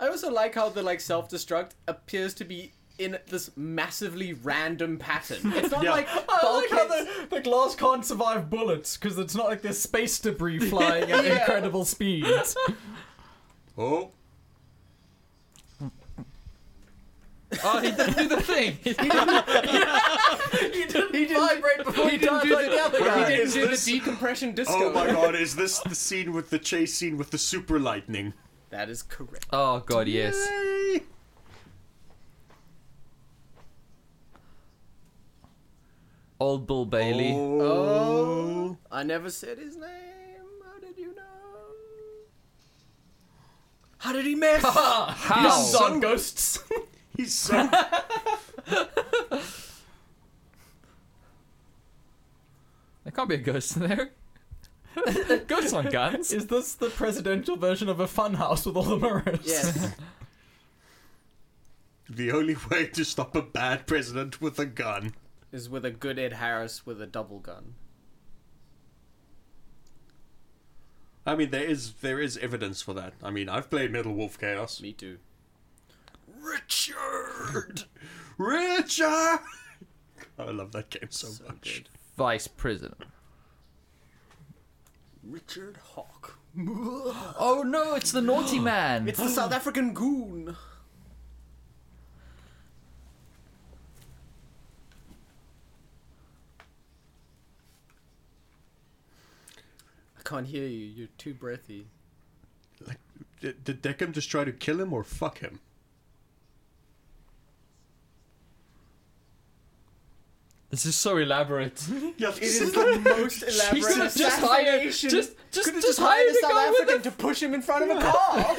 I also like how the like self-destruct appears to be in this massively random pattern. It's not
Yeah. Oh,
like oh,
I like how
bulkheads-
the, the glass can't survive bullets because it's not like there's space *laughs* debris flying at
Yeah.
incredible speeds.
Oh.
Oh, *laughs* he didn't do the thing.
he didn't
*laughs* He didn't-
vibrate before he,
he didn't
died
do
like the other
the,
guy.
he didn't
Is
do the
this-
decompression disco.
Oh my god, is this the scene with the chase scene with the super lightning?
That is correct.
Oh god, yes.
Yay.
Old Bill Bailey.
Oh.
I never said his name. How did you know? How did he *laughs* miss?
Oh. How?
Guns on ghosts.
He's so. *laughs*
There can't be a ghost in there. *laughs* Ghosts on guns.
Is this the presidential version of a fun house with all the mirrors?
*laughs*
*laughs*
yes.
the only way to stop a bad president with a gun.
Is with a good Ed Harris with a double gun.
I mean, there is there is evidence for that. I mean, I've played Metal Wolf Chaos.
Me too.
Richard, *laughs* Richard. I love that game so, much.
Vice president.
Richard Hawk.
*gasps* Oh no, it's the naughty man.
It's the South African goon. I can't hear you. You're too breathy.
Like, did, did Deckham just try to kill him or fuck him?
This is so *laughs* elaborate.
Yes, *laughs*
It is the *laughs* most
He's
elaborate
gonna just hire, just,
assassination.
just,
Could've
just, hire
hired a
the
South
guy with
African to push him in front of a *laughs* car.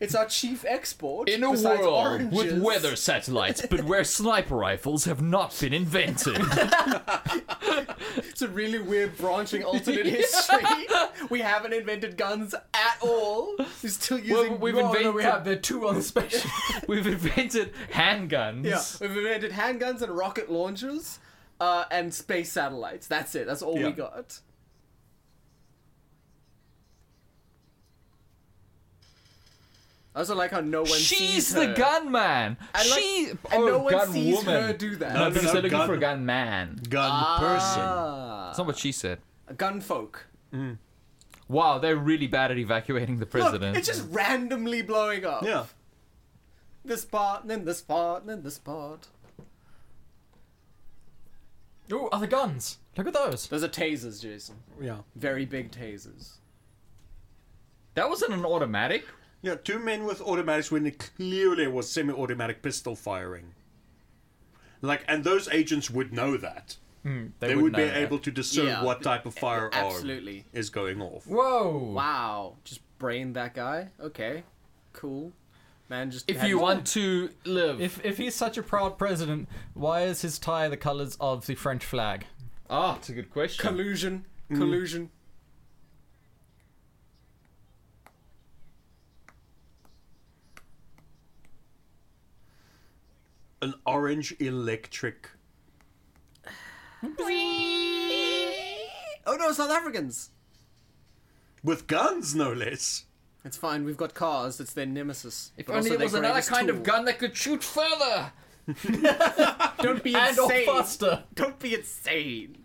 it's our chief export.
In a
besides
world
oranges.
with weather satellites, but where sniper rifles have not been invented. *laughs*
It's a really weird
*laughs*
branching alternate history. We haven't invented guns at all. We're still using.
we- we've
oh, no,
invented-
we have. They're two on the spaceship.
We've invented *laughs* handguns.
yeah, we've invented handguns and rocket launchers, uh, and space satellites. That's it. That's all
Yeah.
we got. I also like how no one sees
She's
her.
the gunman.
And, like-
she
and
oh,
no one
gun
sees
woman.
her do that.
No, because
no,
they're looking
gun-
for a gunman.
Gun
Ah,
That's not what she said.
gunfolk.
Wow, they're really bad at evacuating the president.
Look, it's just randomly blowing up.
person. Yeah.
This part, then this part, then this part.
*laughs* Ooh, other guns. Look at those.
Those are tasers, Jason.
Yeah.
Very big tasers.
that wasn't an automatic.
Yeah, two men with automatics when it clearly was semi automatic pistol firing. Like, and those agents would know that. They, would,
would
be
know that.
able to discern
Yeah.
what type of firearm
absolutely.
is going off.
Whoa.
Wow. Just brained that guy. Okay. Cool. Man, just.
If
had-
you want to live.
If if he's such a proud president, why is his tie the colours of the French flag?
Ah, it's a good question.
Collusion.
Mm.
Collusion.
An orange electric.
Oh no, South Africans!
With guns, no less.
It's fine, we've got cars, it's their nemesis.
If
But
only
also
it
their
was another
greatest
kind of
tool.
gun that could shoot further.
Don't be
And or
insane!
faster.
*laughs* Don't be insane!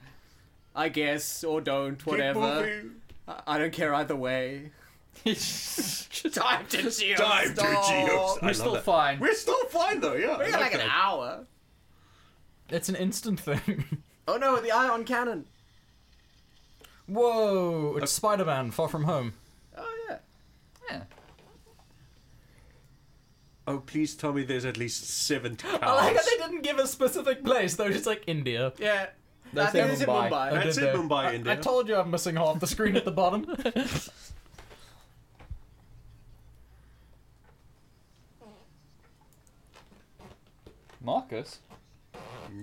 I guess, or don't, whatever.
People
I- I don't care either way.
*laughs* Time to
be- Time to geos. I
We're
love
still
that.
fine.
We're still fine though, yeah.
We got like an hour.
It's an instant thing. *laughs*
Oh no, the ion cannon!
Whoa! It's Spider-Man: Far From Home.
Oh yeah.
*laughs* Yeah.
Oh please tell me there's at least seven
*gasps* Oh,
cows.
I like how they didn't give a specific place. They were just like India.
Yeah.
That's
I think
in
it's in
Mumbai.
Mumbai.
I
That's
did
in
there.
Mumbai,
I-
India.
I told you I'm missing half the screen at the *laughs* bottom.
Marcus?
*laughs*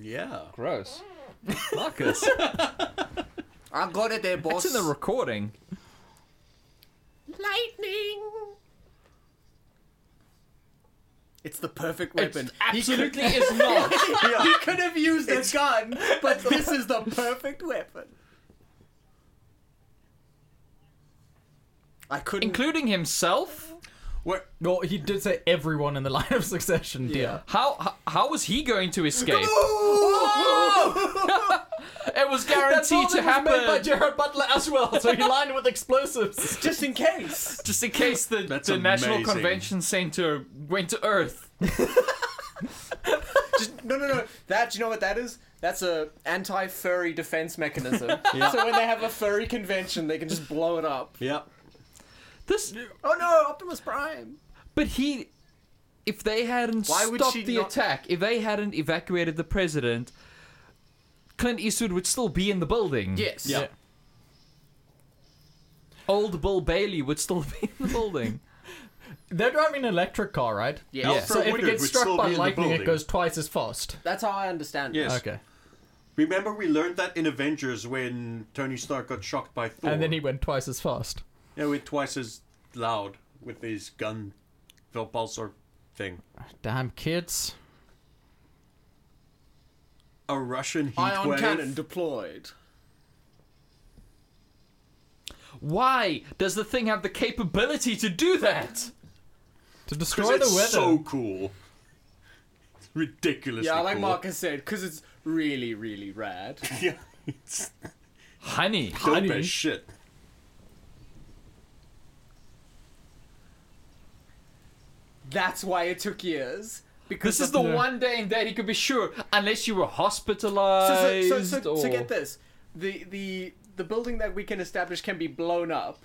Yeah.
Gross. *laughs* Marcus?
I got it there, boss.
What's in the recording?
lightning. It's the perfect weapon.
Absolutely is not.
he *laughs* could have used a *laughs* gun, but this is the perfect weapon. I
*laughs*
couldn't.
Including himself?
What
No, he did say everyone in the line of succession, dear.
How, how how was he going to escape?
Oh! *laughs*
It was
That's all
guaranteed to
that was made by
happen.
Gerard Butler as well, so he *laughs* lined it with explosives.
just in case.
Just in case the,
That's
the National
amazing.
Convention Center went to Earth.
Just, no, no, no. That you know what that is? That's a anti-furry defense mechanism. So when they have a furry convention, they can just blow it up.
Yeah.
This,
Oh no, Optimus Prime.
but he, if they hadn't
Why would she
stopped the
not-
attack, if they hadn't evacuated the president, Clint Eastwood would still be in the building.
Yes.
Yeah.
Old Bill Bailey would still *laughs* be in the building.
They're driving an electric car, right?
Yeah.
Yeah.
So if it
Woodard
gets
would
struck
still
by
be in the
lightning, it
building.
goes twice as fast.
That's how I understand.
Yes.
Okay.
Remember we learned that in Avengers when Tony Stark got shocked by Thor.
And then he went twice as fast.
Yeah, with twice as loud with his gun pulsar thing.
Damn kids.
A Russian heat
it. Ion
wave.
cannon deployed.
Why does the thing have the capability to do that?
To
'Cause
destroy the
it's
weather.
so cool. Ridiculously
Yeah, like
cool.
Marcus said, because it's really, really rad.
*laughs* Yeah, it's
Honey.
dope
Honey.
as shit.
That's why it took years. Because
This is
of-
the one day in that he could be sure, unless you were hospitalized
uh, So, so, so, so,
or
so get this: the the the building that we can establish can be blown up,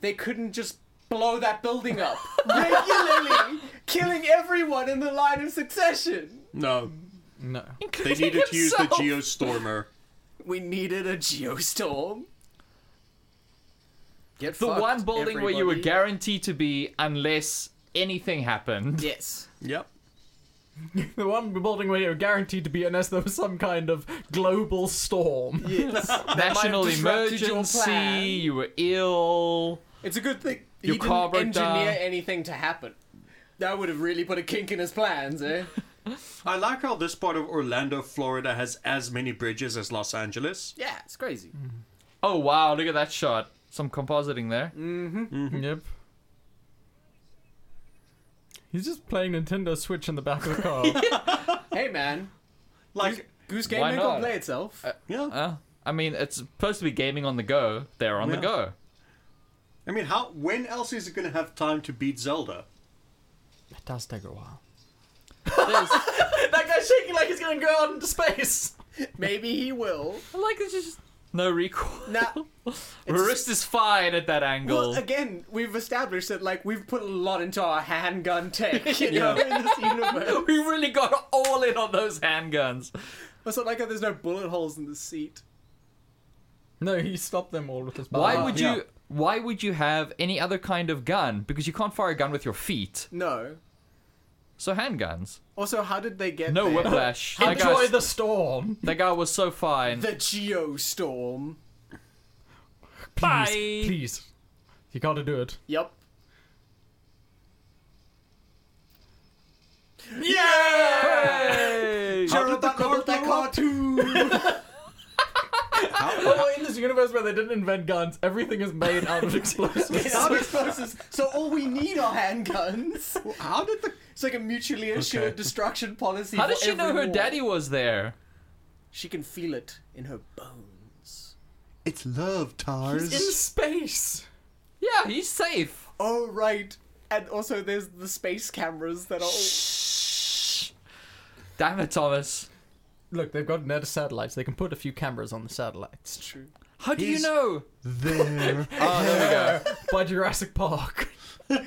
they couldn't just blow that
*laughs*
building up regularly, killing everyone in the line of succession.
No,
No. *laughs*
they needed to use the geostormer.
We needed a geostorm. Get
The
fucked,
one building where you were
everybody.
guaranteed to be unless anything happened.
Yes.
Yep.
The one building where you're guaranteed to be unless there was some kind of global storm.
Yes.
*laughs* National
disrupted your
emergency,
plan.
you were ill.
It's a good thing he
Your
didn't
car broke
engineer
down.
anything to happen. That would have really put a kink in his plans, eh?
I like how this part of Orlando, Florida has as many bridges as Los Angeles.
yeah, it's crazy.
Oh wow, look at that shot. Some compositing there.
*laughs*
Mm.
yep. He's just playing Nintendo Switch in the back of the *laughs* car.
Hey, man.
Like,
Goose Game
Why
ain't
not?
gonna play itself.
yeah.
Uh, I mean, it's supposed to be gaming on the go. They're on the
Yeah.
go.
*laughs*
I mean, how? when else is it going to have time to beat Zelda?
It does take a while.
There's-
That guy's shaking like he's gonna go out into space.
*laughs* Maybe he will.
*laughs* I like it's just no recoil.
Nah.
wrist is fine at that angle.
Well, again, we've established that like we've put a lot into our handgun tech, you know, in this
*laughs*
universe. *laughs*
we really got all in on those handguns.
Uh, Also, like how there's no bullet holes in the seat.
No, he stopped them all with his bar.
Why would you?
yeah.
Why would you have any other kind of gun? Because you can't fire a gun with your feet.
No.
So handguns.
Also, how did they get
No
there? *laughs*
whiplash. that,
enjoy
guy's-
the storm?
that guy was so fine.
The geostorm.
Bye.
Please, please. You gotta do it.
Yep.
Hey!
How
Sure
did the
about
car
the that
blow
car too. *laughs*
How,
in this universe where they didn't invent guns, everything is made out *laughs* of explosives.
Not explosives. So all we need are handguns.
how did the
It's like a mutually assured
Okay.
destruction policy.
How
for
does she know
every
her
war.
daddy was there?
She can feel it in her bones.
It's love, Tars.
in space.
Yeah, he's safe.
Oh right. And also, there's the space cameras that are. All...
Damn it, Thomas.
Look, they've got net satellites. They can put a few cameras on the satellites.
True.
How do
He's-
you know? *laughs*
there.
Oh,
Uh, By Jurassic Park.
Bum,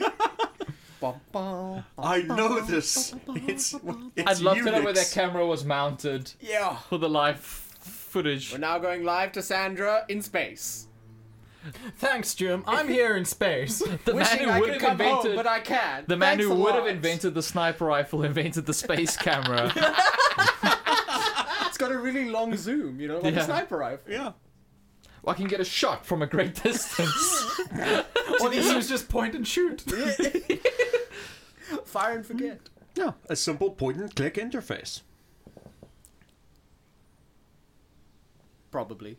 bum, bum.
I know this. It's, it's
I'd love to know where that
Unix.
camera was mounted
Yeah.
for the live footage.
We're now going live to Sandra in space.
Thanks, Jim. I'm here in *laughs* space.
The man
Wishing
who
I
would
could
have
come home,
invented
but I can't.
the man
Thanks
who
a
would have
lot.
invented the sniper rifle *laughs* invented the space camera.
It's got a really long zoom, you know, like
Yeah.
a sniper rifle.
Yeah.
I can get a shot from a great distance. *laughs*
or this was just point and *laughs* shoot.
Fire and forget.
Yeah. A simple point and click interface.
Probably.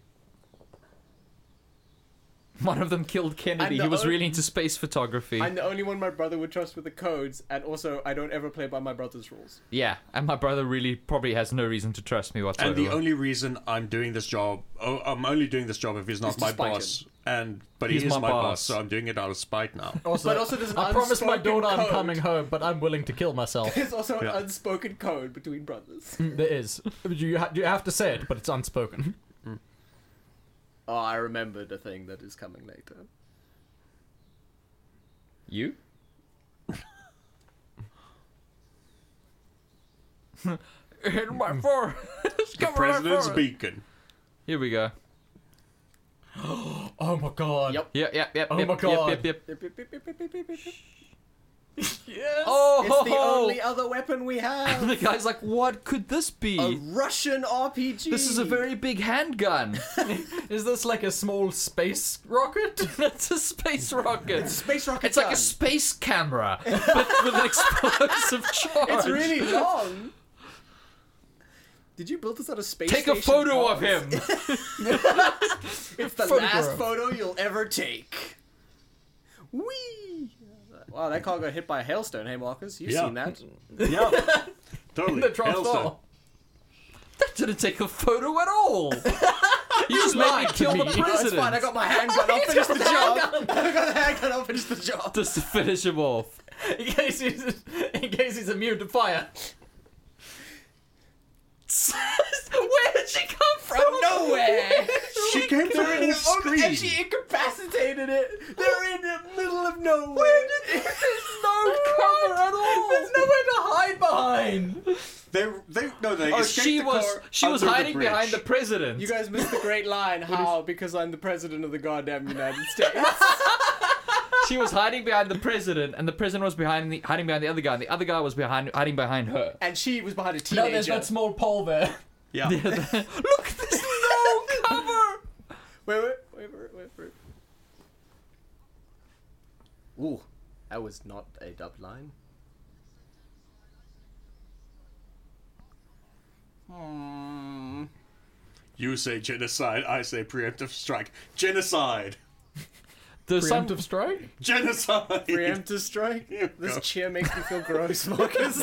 One of them killed
I'm
Kennedy.
the
He was
only-
really into space photography.
I'm the only one my brother would trust with the codes, and also I don't ever play by my brother's rules.
Yeah, and my brother really probably has no reason to trust me whatsoever.
And the only reason I'm doing this job, oh, I'm only doing this job if he's not
Is to
my
spite
boss. And but
He's
he is
my
my boss.
boss.
so I'm doing it out of
*laughs*
spite now.
Also,
But also there's an
I promised my
unspoken
daughter I'm
code.
coming home, but I'm willing to kill *laughs* myself.
There's also
Yeah.
an unspoken code between brothers.
Mm.
there is. You, ha- you have to say it, but it's unspoken.
Oh, I remembered a thing that is coming later.
You? In my fur.
the
*laughs*
president's beacon.
Here we go.
Oh my god.
Yep.
Yep, yep, yep.
Oh
yep,
my God.
Yep, yep, yep.
Beep, beep, beep, beep, beep, beep, beep, beep.
Yes.
Oh,
It's
ho,
the
ho.
only other weapon we
*laughs*
have.
the guy's like, what could this be?
a Russian RPG.
this is a very big handgun. *laughs*
Is this like a small space rocket?
it's a space rocket.
space rocket.
It's like
gun.
a space camera, but with an explosive charge. *laughs*
It's really long. Did you build this out of space?
Take a
station
photo
bombs?
of him. *laughs*
It's the
Photograph.
last photo you'll ever take. Whee! Wow, that car got hit by a hailstone, hey Marcus. You've
Yeah.
seen *laughs* that.
Yeah. totally.
the transfer.
Hailstone.
That didn't take a photo at all. you just made me
lied to
Oh,
kill the
*laughs*
me.
president.
It's fine, I got my handgun, I'll finish the job. *laughs* I got the handgun, I'll finish the job.
Just to finish him off.
in case he's *laughs* in case he's immune to fire.
Where did did she come from?
*laughs*
nowhere.
She came from
They're in
the
Oh, the
screen.
and she incapacitated it. They're in the middle of nowhere. *laughs*
There's no cover at all. There's nowhere to hide behind.
They, they, no, they
Oh,
escaped
she
the
was
car
she was
under the
hiding
bridge.
behind the president.
You *laughs* guys missed the great line. How? Because I'm the president of the goddamn United States.
she was hiding behind the president, and the president was behind the, hiding behind the other guy, and the other guy was behind hiding behind her.
and she was behind a teenager.
No, there's that small pole *laughs* there.
Yeah.
Look, *laughs* there's no cover.
Wait, wait, wait, for it, wait for it. Ooh, that was not a dub line. Hmm.
You say genocide, I say preemptive strike. Genocide!
The son-
Preemptive strike?
Genocide!
Preemptive
*laughs*
strike?
Here we
This
go.
chair makes me
*laughs*
feel gross, Marcus.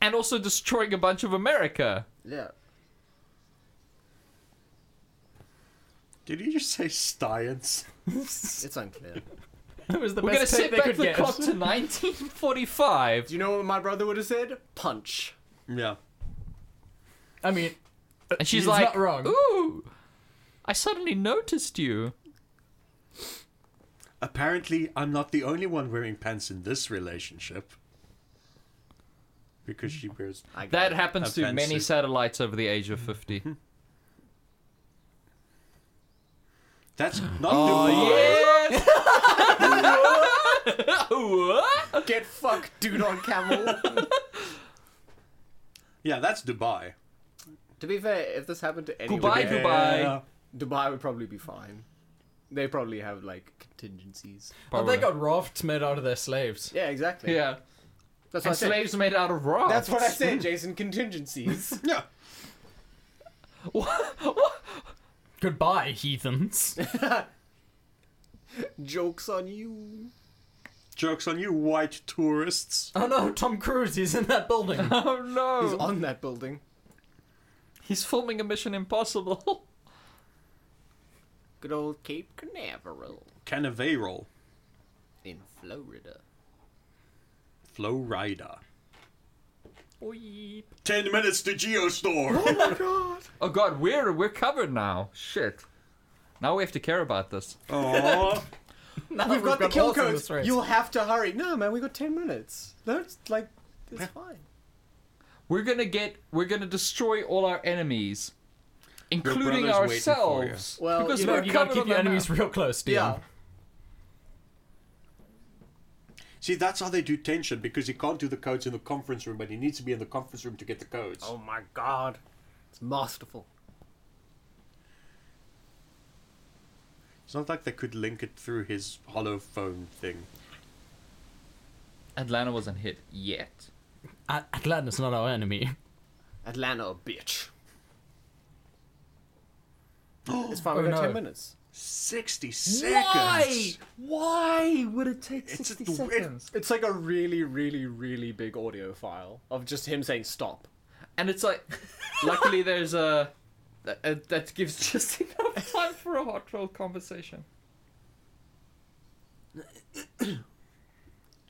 and also destroying a bunch of America.
*laughs* yeah.
Did you just say science?
It's unclear.
That was the
We're gonna
best
set
take they
back
could
the
get.
clock
*laughs*
to 1945.
Do you know what my brother would have said? Punch.
Yeah.
I mean,
And she's
He's
like,
not wrong.
"Ooh, I suddenly noticed you."
Apparently, I'm not the only one wearing pants in this relationship. Because she wears.
I got
That
it.
happens to many
Offensive.
satellites over the age of 50.
That's not oh, new.
yes. *laughs* What?
Get fucked, dude on camel.
Yeah, that's Dubai.
*laughs* to be fair, if this happened to anyone,
Goodbye,
Dubai.
Dubai.
Yeah.
Dubai would probably be fine. They probably have like contingencies.
oh, they got rafts made out of their slaves.
Yeah, exactly.
yeah.
that's what I
And
said.
slaves made out of rock.
That's what I said, Jason. *laughs* Contingencies.
Yeah.
Goodbye, heathens.
Jokes on you.
Joke's on you, white tourists.
oh no, Tom Cruise is in that building.
*laughs*
*laughs*
Oh no.
He's on that building.
He's filming a Mission Impossible. *laughs*
Good old Cape Canaveral
Canaveral.
in *laughs* Florida.
Flow Rider.
Oyeep.
Ten minutes to *laughs* Geostore.
Oh god, we're we're covered now. Shit. Now we have to care about this.
Aww.
Now
We've, got, the kill
balls in
codes.
this race.
You'll have to hurry. No, man, we got ten minutes. That's like, it's fine.
We're gonna get we're gonna destroy all our enemies. Including
brother's waiting for
ourselves.
Well,
because
you know,
we're
*laughs* You
covered
gotta keep
on
your
the map.
enemies real close, Dion.
Yeah.
See, that's how they do tension because he can't do the codes in the conference room, but he needs to be in the conference room to get the codes.
Oh my god, it's masterful.
It's not like they could link it through his hollow phone thing.
Atlanta wasn't hit yet.
At- Atlanta's not our enemy.
Atlanta, a bitch. it's fine.
Oh,
We got
no.
ten minutes.
60 seconds!
Why would it take
It's a- 60 it- seconds?
It's like a really, really, really big audio file of just him saying stop.
And it's like, *laughs* luckily there's a that, uh, that gives *laughs* just enough time for a hot roll conversation.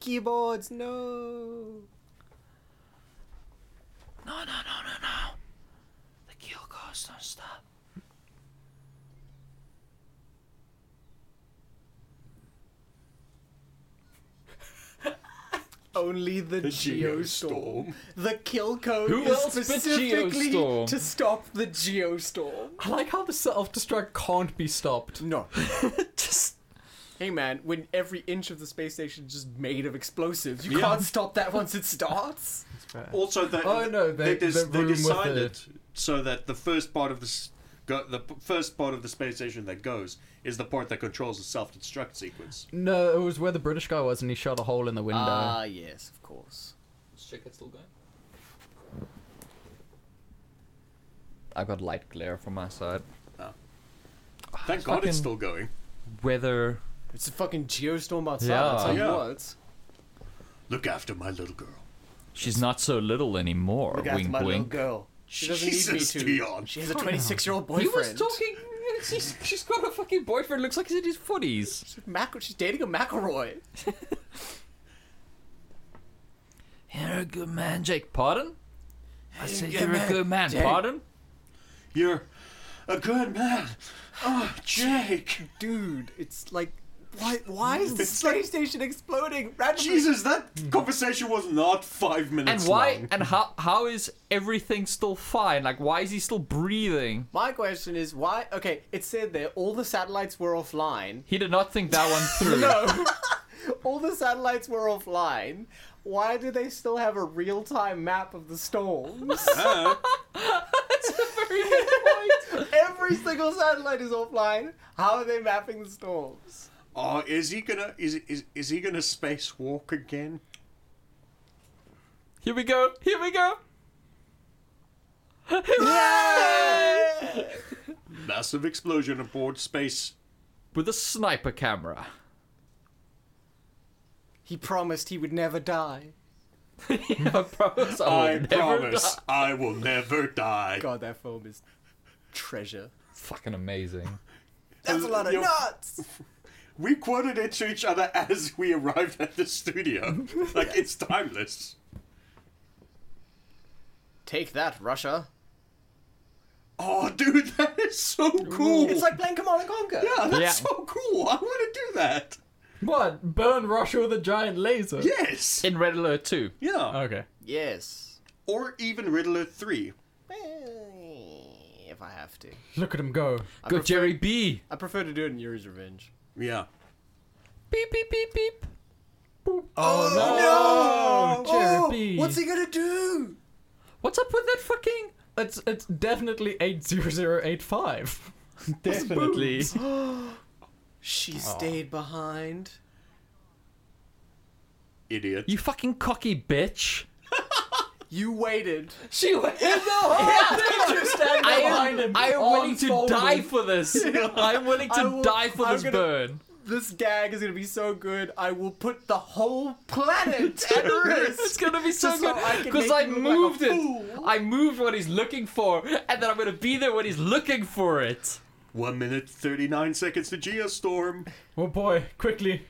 Keyboards, no.
No, no, no, no, no. The kill goes don't stop.
Only the,
The
Geostorm.
Geostorm.
The kill code
Who
is
else but
specifically
Geostorm?
to stop the Geostorm.
I like how the self-destruct can't be stopped.
*laughs* No.
Just
Hey man, when every inch of the space station is just made of explosives, you can't stop that once it starts.
Also, they,
Oh, no,
they,
they-
des-
the
they
room with
designed
the-
it so that the first part of the s- go, the p- first part of the space station that goes is the part that controls the self-destruct sequence.
No, it was where the British guy was, and he shot a hole in the window.
Uh,
Ah, yes, of course.
check it's still going. I got light glare from my side. Ah,
Thank God it's
fucking-
still going.
Weather.
It's a fucking Geostorm outside,
Yeah.
that's how you
Yeah.
know it's.
Look after my little girl.
She's not so little anymore.
Look after
wink,
my little
wink.
girl. She doesn't
Jesus,
need me to.
Dion.
She has a 26 year old
He
boyfriend.
was talking She's, she's got a fucking boyfriend. Looks like he's in his forties.
Mac- she's dating a McElroy.
You're a good man, Jake. Pardon? I said
good
you're a
man,
good man.
Jake.
Pardon?
You're a good man. Oh, Jake.
Dude, it's like, why? Why is the space station exploding randomly?
Jesus, that conversation was not five
And
minutes
why?
long.
And how? How is everything still fine? Like, why is he still breathing?
My question is why? Okay, it said there all the satellites were offline.
He did not think *laughs* that one through.
*laughs* All the satellites were offline. Why do they still have a real-time map of the *laughs* storms?
Oh,
Every single satellite is offline. How are they mapping the storms?
oh, is he gonna is, is is he gonna spacewalk again?
Here we go. Here we go.
Massive explosion aboard space.
With a sniper camera. *laughs*
He promised he would never die.
I promise. I, will
I
never
promise
die.
I will never die.
God, that film is treasure.
Fucking amazing.
That's a lot of
Yo-
nuts.
We quoted it to each other as we arrived at the studio. *laughs* Like it's timeless.
Take that, Russia.
Oh, dude, *laughs* that is so cool.
It's like playing Command and Conquer.
yeah, that's
Yeah.
so cool. I want to do that.
What? Burn Russia with a giant laser?
Yes.
In Red Alert 2.
yeah.
Okay.
Yes.
or even Riddler 3.
Eh, If I have to.
Look at him go.
I
Go
prefer-
Jerry B.
I prefer to do it in Yuri's Revenge.
Yeah.
Beep, beep, beep, beep.
Oh,
no!
no! Jerry B.
Oh, What's he gonna do?
What's up with that fucking.
It's it's definitely eight zero zero eight five. *laughs*
Definitely.
She stayed behind.
Idiot.
You fucking cocky bitch.
You waited.
She went.
*laughs*
I am, I am
Oh,
willing to die for
*laughs*
this. I'm willing
I
to
will-
die for
I'm
this
gonna-
burn.
This gag is gonna be so good, I will put the whole *laughs* planet at risk.
It's gonna be so
Just so I
good
can
because
make
I,
you look like a
moved it.
fool.
I moved what he's looking for, and then I'm gonna be there when he's looking for it.
1 minute 39 seconds to Geostorm.
Oh boy, quickly.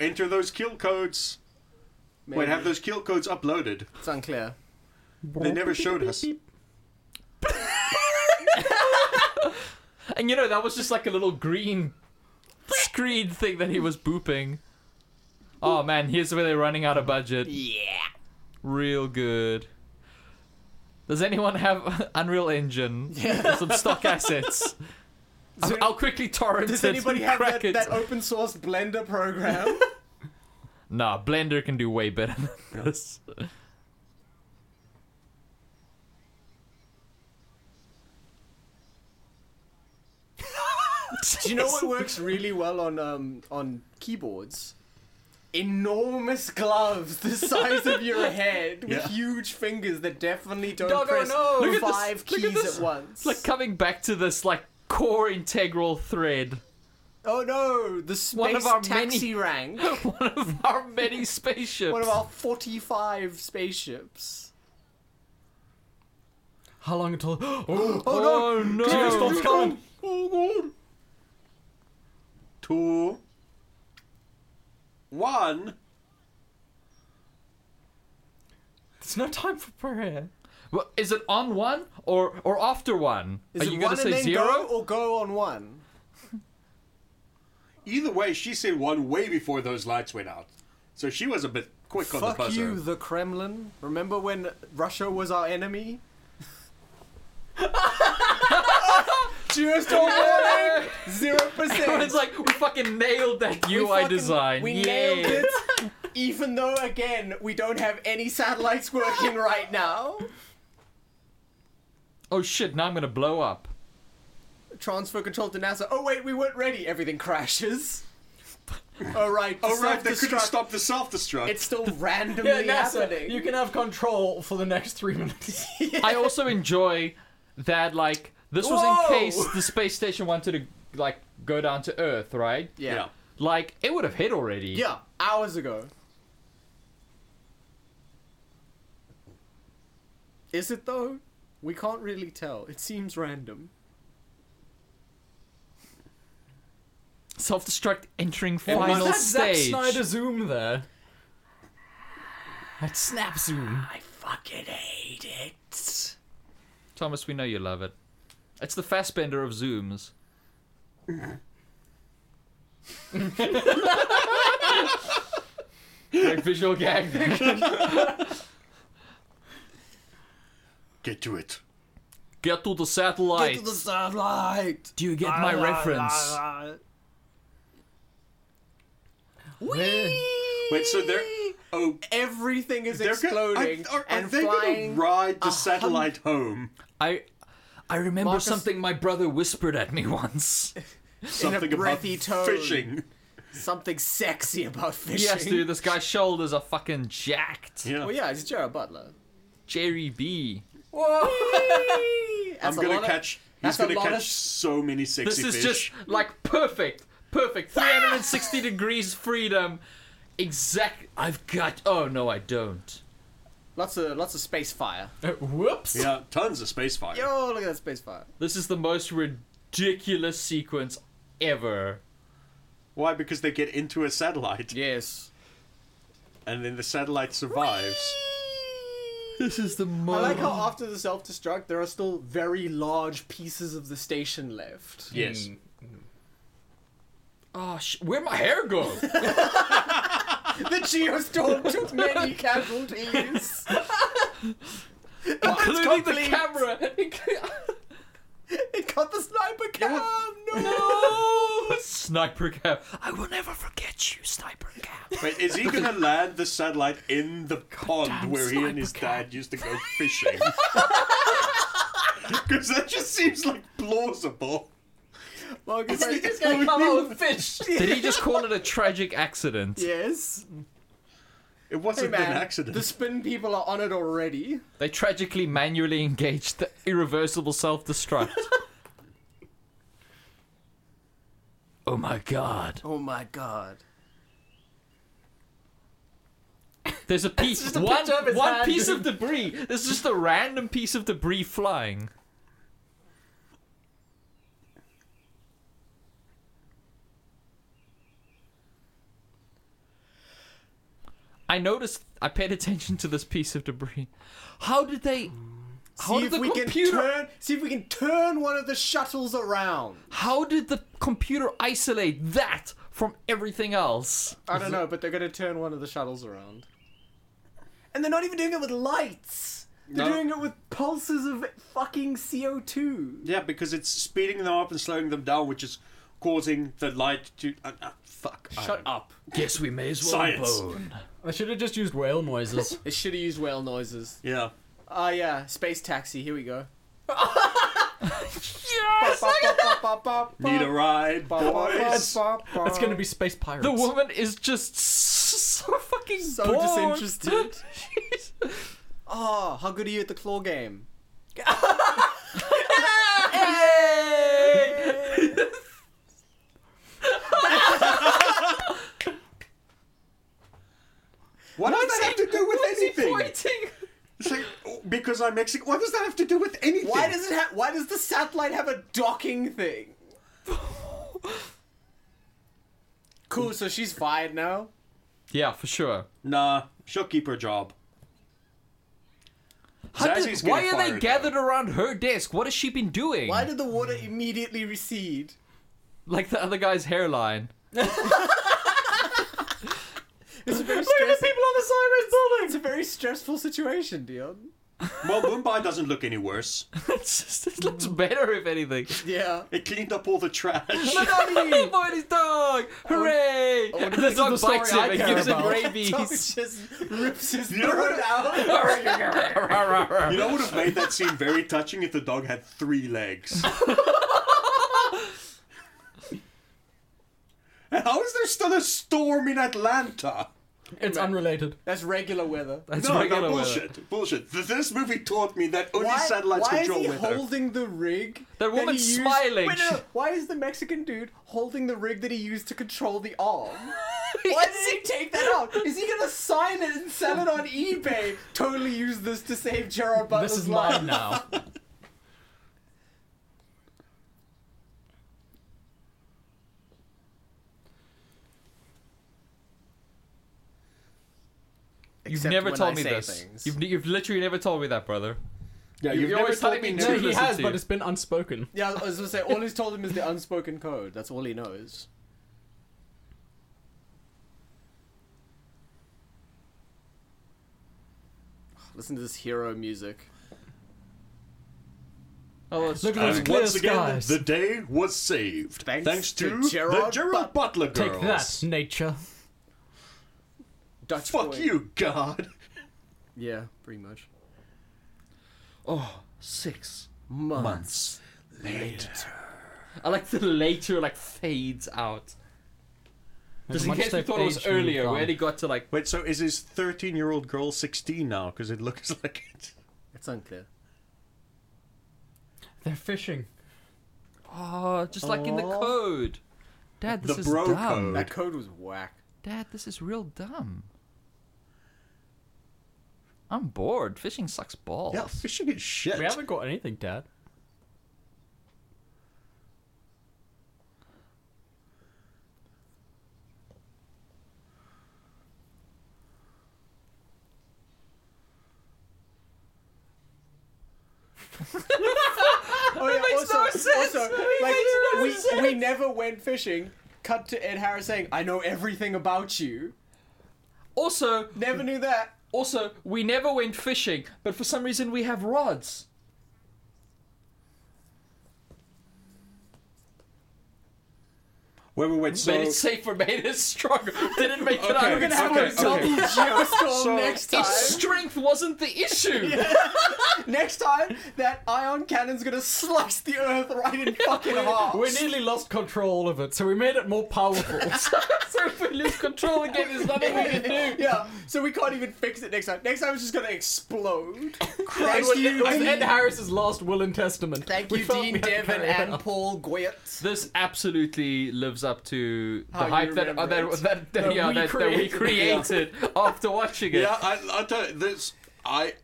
Enter those kill codes. Wait,
Maybe.
have those kill codes uploaded.
It's unclear.
They never showed us.
And you know that was just like a little green screen thing that he was booping. Oh man, here's where they're running out of budget.
Yeah.
Real good. Does anyone have *laughs* Unreal Engine? Some stock
*laughs*
assets. I'll, I'll quickly torrent
Does
it
anybody
and
have
crack
that,
it.
that open source Blender *laughs* program?
Nah, Blender can do way better
*laughs*
than this.
Do
*laughs*
you know what works really well on um on keyboards? Enormous gloves the size
*laughs*
of your head with
Yeah.
huge fingers that definitely don't
Doggo,
press
no! Look at this-
five
look at
keys
this.
at once.
Like coming back to this like core integral thread.
oh no, the space
One of our many- *gasps*
taxi rank.
One of our many spaceships.
One of our forty-five spaceships.
How long until? *gasps*
*gasps*
Oh,
Oh, no!
Geostorm's coming.
Two. One.
There's no time for prayer.
Well, is it on one or or after one?
Is
Are
it
you
one
gonna say
and then
zero?
go or go on one?
Either way, she said one way before those lights went out. So she was a bit quick on the
Fuck
buzzer.
you, the Kremlin. Remember when Russia was our *laughs* enemy? Cheers to warning! Zero
*laughs*
percent.
It's like we fucking nailed that
We
UI
fucking-
design.
We
Yay.
nailed it. Even though, again, we don't have any satellites working right now.
Oh shit! Now I'm gonna blow up.
Transfer control to NASA. Oh wait, we weren't ready. Everything crashes. Oh right.
Oh, right, they couldn't
self-destruct.
stop the self destruct.
It's still randomly
Yeah, NASA,
happening.
you can have control for the next
*laughs*
three minutes.
I also enjoy that like this was
Whoa!
in case the space station wanted to like go down to Earth, right?
Yeah. yeah.
Like it would have hit already.
Hours ago. Is it though? We can't really tell. It seems random.
self-destruct entering
It was
final
that Zack
stage.
Snyder zoom there. That snap zoom.
I fucking hate it.
Thomas, we know you love it. It's the Fassbender of zooms. Great visual gag.
Get to it.
Get to the satellite.
Get to the satellite. Uh,
Do you get my reference?
Wait, so they're oh,
Everything is
they're
exploding
Gonna, are, are,
and
they
flying.
gonna ride the satellite home?
I I remember
Marcus-
something my brother whispered at me *laughs* once.
Something
breathy
about
tone.
fishing.
Something sexy about fishing.
yes, dude, this guy's shoulders are fucking jacked.
Yeah.
Well, yeah, it's Jared Butler.
Jerry B.
I'm *laughs*
That's a
gonna
lot of-
catch.
that's
He's
a
gonna
lot
catch
of-
so many
This
sexy
is
fish.
just like perfect, perfect. 360 degrees freedom. Exact. I've got. Oh no, I don't.
Lots of lots of space
*laughs*
fire.
Uh, whoops.
yeah, tons of space fire.
Yo, look at that space fire.
This is the most ridiculous sequence ever.
Why? Because they get into a satellite,
Yes.
and then the satellite survives.
This is the
I
most.
like how after the self destruct, there are still very large pieces of the station left.
Yes.
Mm.
Oh, sh- where'd my hair *laughs* go?
the Geostorm took *laughs* many casualties. *laughs*
Including the
complete.
camera. *laughs*
It got the sniper cam. No.
no. Sniper cap. I will never forget you, sniper cap.
Wait, is he
*laughs*
gonna land the satellite in the pond where he and his dad used to go fishing? *laughs* Because that just seems like plausible.
Marcus,
It's-
I-
it's gonna
*laughs*
come out with
*laughs*
fish.
Did he just call it a tragic accident?
Yes.
It
Hey
wasn't
man,
an accident.
the spin people are on it already.
They tragically manually engaged the irreversible self destruct. *laughs* oh my god.
Oh my god.
There's a piece
a
one,
picture of his
one
hand.
piece of debris. There's just a random piece of debris flying. I noticed I paid attention to this piece of debris. How did they how
Hmm. see
did
if
the
we
computer
can turn see if we can turn one of the shuttles around.
How did the computer isolate that from everything else?
I don't know, but they're gonna turn one of the shuttles around. And they're not even doing it with lights. They're
No.
doing it with pulses of fucking CO2.
yeah, because it's speeding them up and slowing them down, which is causing the light to. Uh, uh, fuck. I
Shut
don't-
up.
Guess we may as well
Science.
bone.
I should have just used whale
*laughs*
noises.
They should have used whale noises.
Yeah.
Ah, yeah, space taxi. Here we go.
Yes!
*laughs* Need a ride, boys.
That's gonna be space pirates.
The woman is just so fucking
So
bored. *laughs*
disinterested.
She's-
Oh, how good are you at the claw game?
What does that have to do with
What's he
anything?
pointing?
It's like, oh, because I'm Mexican. What does that have to do with anything?
Why does it have? Why does the satellite have a docking thing?
*laughs*
cool. So she's fired now.
Yeah, for sure.
Nah, she'll keep her job.
How did-
Zazzy's
why
getting
are they
fired,
gathered around her desk? What has she been doing?
Why did the water immediately recede?
Like the other guy's hairline. *laughs*
It's a very stressful. people on the side of building. It's a very stressful situation, Dion.
Well, Mumbai doesn't look any worse.
It's just, it looks
Mm.
better if
*laughs*
anything.
Yeah.
It cleaned up all
*laughs*
the trash.
*laughs*
He bought his dog! Hooray!
I wonder
the
if this is
dog
the
bites him
story I
and
care
gives him
about.
*laughs* Dog
rabies.
just rips his
You know
throat
what-
*laughs* out.
You know what would have made that scene very touching if the dog had three
*laughs*
legs. and how is there still a storm in Atlanta?
it's unrelated.
That's regular weather.
That's
no,
regular
no,
weather.
bullshit, bullshit. Th- This movie taught me that only
Why,
satellites
why is
control
he
weather.
holding the rig?
That
he
woman's
used-
smiling.
Wait, no, no, Why is the Mexican dude holding the rig that he used to control the arm? Why did he take that out? Is he gonna sign it and sell it on eBay? Totally use this to save Gerard Butler's
This is
life.
mine now.
*laughs* You've
except
never
when
told
I
me
say
this.
things.
You've, you've literally never told me that, brother.
Yeah,
You-
you've
you
never
always
told
telling
me
me
no.
to
No, he
listen
has,
to
but
you.
it's been unspoken.
Yeah, I was gonna say all he's told him is the unspoken code. That's all he knows. *sighs* Listen to this hero music.
Oh, that's
Look at
true.
those
And once
clear
again,
skies.
the day was saved
Thanks
thanks,
to
to,
Gerard
the Gerard Butler girls.
Take that, nature.
Dutch
Fuck
boy.
you, God.
Yeah, pretty much.
Oh, six
Months.
months later.
I like the later like fades out. Just in case we thought it was earlier, we only got to like
Wait, so is his 13 year old girl 16 now? Because it looks *laughs* like it.
It's unclear.
They're fishing.
oh, just like in the
Aw.
code. Dad, this
The
is
bro
dumb.
code.
That code was whack.
Dad, this is real dumb. I'm bored. Fishing sucks balls.
Yeah, fishing is shit.
We haven't got anything, Dad.
Oh yeah,
makes
also,
no sense.
also,
It
like
makes no
we
sense.
we never went fishing. Cut to Ed Harris saying, "I know everything about you."
Also,
Never knew that.
also, we never went fishing, but for some reason we have rods.
Wait, wait, wait. So,
made it safer, *laughs* made it stronger. Didn't make it
Okay,
out.
we're
We're gonna have a double
okay.
geostorm
So-
next time.
Its strength wasn't the
*laughs*
issue.
Next time, that ion cannon's gonna slice the earth right in fucking half.
We nearly lost control of it, so we made it more
*laughs*
powerful.
so if we lose control again, there's
*laughs*
nothing we can do.
*laughs* Yeah, so we can't even fix it next time. Next time it's just gonna explode.
it
Christ,
was,
you,
it was Ed
Dean-
Harris's last will and testament.
Thank
We
you,
felt we had
Dean
to
Devon
carry it
and
out.
Paul Goyet.
This absolutely lives up to the
How you
hype that, uh,
remember
that,
it.
*laughs* that, that,
That
yeah,
we
that, that
*laughs*
we created
created.
after watching it.
yeah, I, I'll tell you, this. I,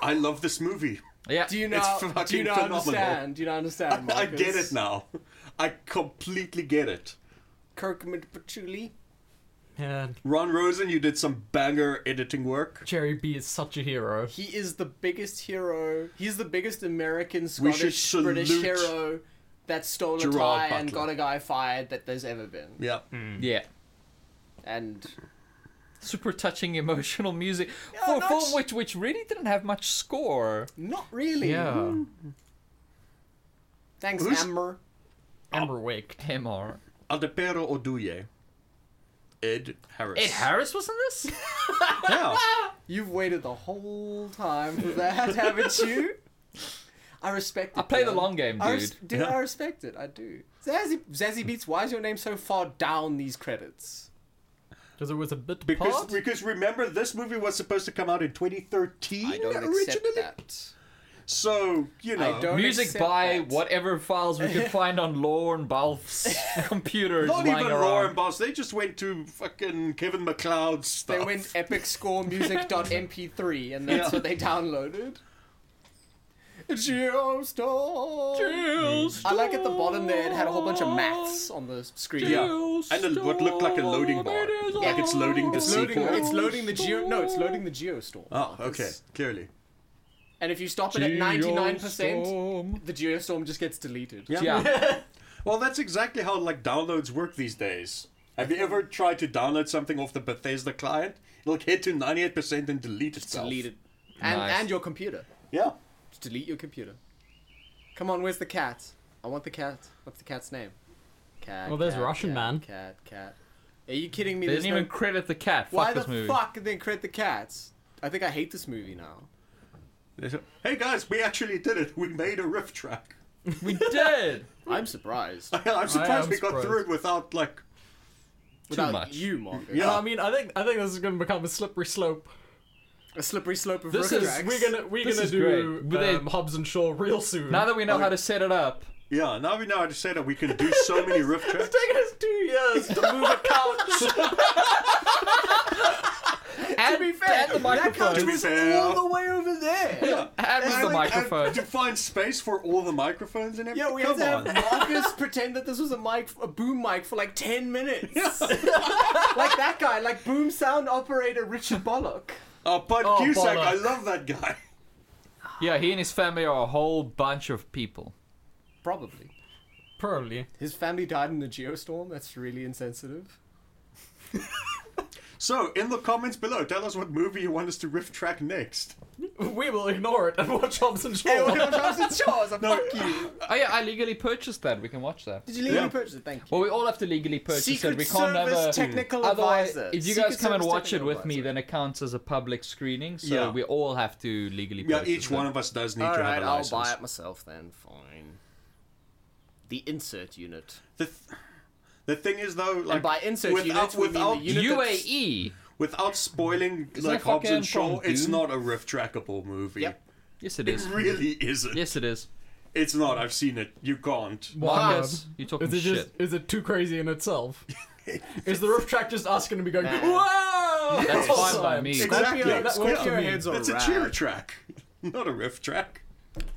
I love this *sighs* movie.
Yeah.
Do you now? Do you
fucking
now
phenomenal.
understand? Do you now understand?
I
Marcus?
get it now. I completely get it.
Kirkman Patchouli.
Man,
Ron Rosen, you did some banger editing work.
Jerry B is such a hero.
He is the biggest hero. He's the biggest American,
We should
Scottish, British
salute
hero that stole a
Gerard
tie and
Butler.
got a guy fired that there's ever been.
Yeah.
Mm, yeah.
And
Super touching emotional music
Yeah,
for, for
nice.
which which really didn't have much score.
not really.
Yeah.
Mm-hmm. Thanks,
Who's-
Amber.
Oh.
Amber Wake.
MR.
Adepero Oduye. Ed Harris.
Ed Harris was in *laughs* this?
*laughs*
Yeah.
You've waited the whole time for that, *laughs* haven't you? I respect it.
I play the
man.
long game,
I res-
dude.
dude, I respect it. I do. Zazzy, Zazzy Beats, why is your name so far down these credits?
Because it was a bit
Because
part.
because remember this movie was supposed to come out in 2013
I don't
originally.
accept that.
So you know,
I don't
Music
accept
by
that.
whatever files we
*laughs*
could find on Lorne Balf's computer.
not
lying
even
around.
Lauren Boss. They just went to fucking Kevin McLeod's stuff. *laughs*
They went epicscoremusic.mp3 and that's
Yeah.
what they downloaded. Geostorm. I like at the bottom there it had a whole bunch of maths on the screen.
Yeah. And then what looked like a loading bar, like it's loading the
It's loading,
sequel.
it's loading the geo. No, it's loading the geostorm.
Oh, okay, clearly.
And if you stop it at ninety nine percent, the geostorm just gets deleted. *laughs*
Yeah.
Well, that's exactly how like downloads work these days. Have you ever tried to download something off the Bethesda client? It'll hit to 98% and delete itself.
Delete it. And
Nice.
and your computer.
Yeah.
Just delete your computer. Come on, where's the cat? I want the cat. What's the cat's name? Cat.
Well, there's
cat,
Russian
cat,
man.
Cat. Cat. Are you kidding me?
They
There's
didn't even
no-
credit the cat. Fuck
Why
this
the
movie.
fuck did they credit the cats? I think I hate this movie now.
Hey guys, we actually did it. We made a riff track.
We did.
I'm surprised.
*laughs* I'm surprised we got
surprised.
through it without like.
Without
much.
you, Marcus.
Yeah.
I mean, I think I think this is going to become a slippery slope.
A slippery slope of
This
riff
is-
tracks.
We're gonna we're
This
gonna
is
do
great. But they-
um, Hobbs and Shaw real soon.
Now that we know
Okay.
how to set it
*laughs*
up,
Yeah, now we know how to say that we can do so many
*laughs*
riff tracks.
it's taken us two years to move a couch.
and, and the
That couch
microphone,
To be
was
fair.
all the way over
*laughs*
there. Yeah,
and with the
like, and
microphone,
to find space for all the microphones and everything.
we had
Come
to
on.
have Marcus
*laughs*
pretend that this was a mic, a boom mic, for like *laughs* ten minutes. like that guy, like boom sound operator Richard Bollock.
Oh, Bud
Oh,
Cusack, I
bollocks.
love that guy. *laughs*
Yeah, he and his family are a whole bunch of people.
Probably.
Probably.
His family died in the geostorm. That's really insensitive.
So, in the comments below, tell us what movie you want us to riff track next.
We will ignore it and watch Hobson Shaw.
*laughs* Hey, what about Charles and Charles? Fuck you.
Oh yeah, I legally purchased that. We can watch that.
Did you legally
Yeah.
purchase it? Thank you.
Well, we all have to legally purchase it. We can't have a.
technical
Otherwise,
advisor.
if you
Secret
guys come and
Service
watch it
technical
with me,
advisor.
then it counts as a public screening. So
Yeah.
we all have to legally.
Yeah,
Purchase
each
it.
one of us does need
All
to
right,
have a
I'll
license.
buy it myself then. Fine. The insert unit.
The, th- the thing is, though, like
by insert units, we mean the
without,
unit- You know, that's-
UAE.
without spoiling
that
like Hobbs
fucking
and Shaw,
from
it's
Dune?
not a riff trackable movie.
Yep.
Yes, it
It
is.
*laughs* really isn't.
Yes, it is.
It's not. I've seen it. You can't.
Marcus, you talking
Is it
shit?
just is it too crazy in itself? is the riff track just us going to be going? Whoa!
That's
all
fine
the
by
time?
me.
Exactly.
Scorpio- that-
Scorpio
Scorpio
heads
heads
are
That's a
rad.
cheer track, *laughs* not a riff track.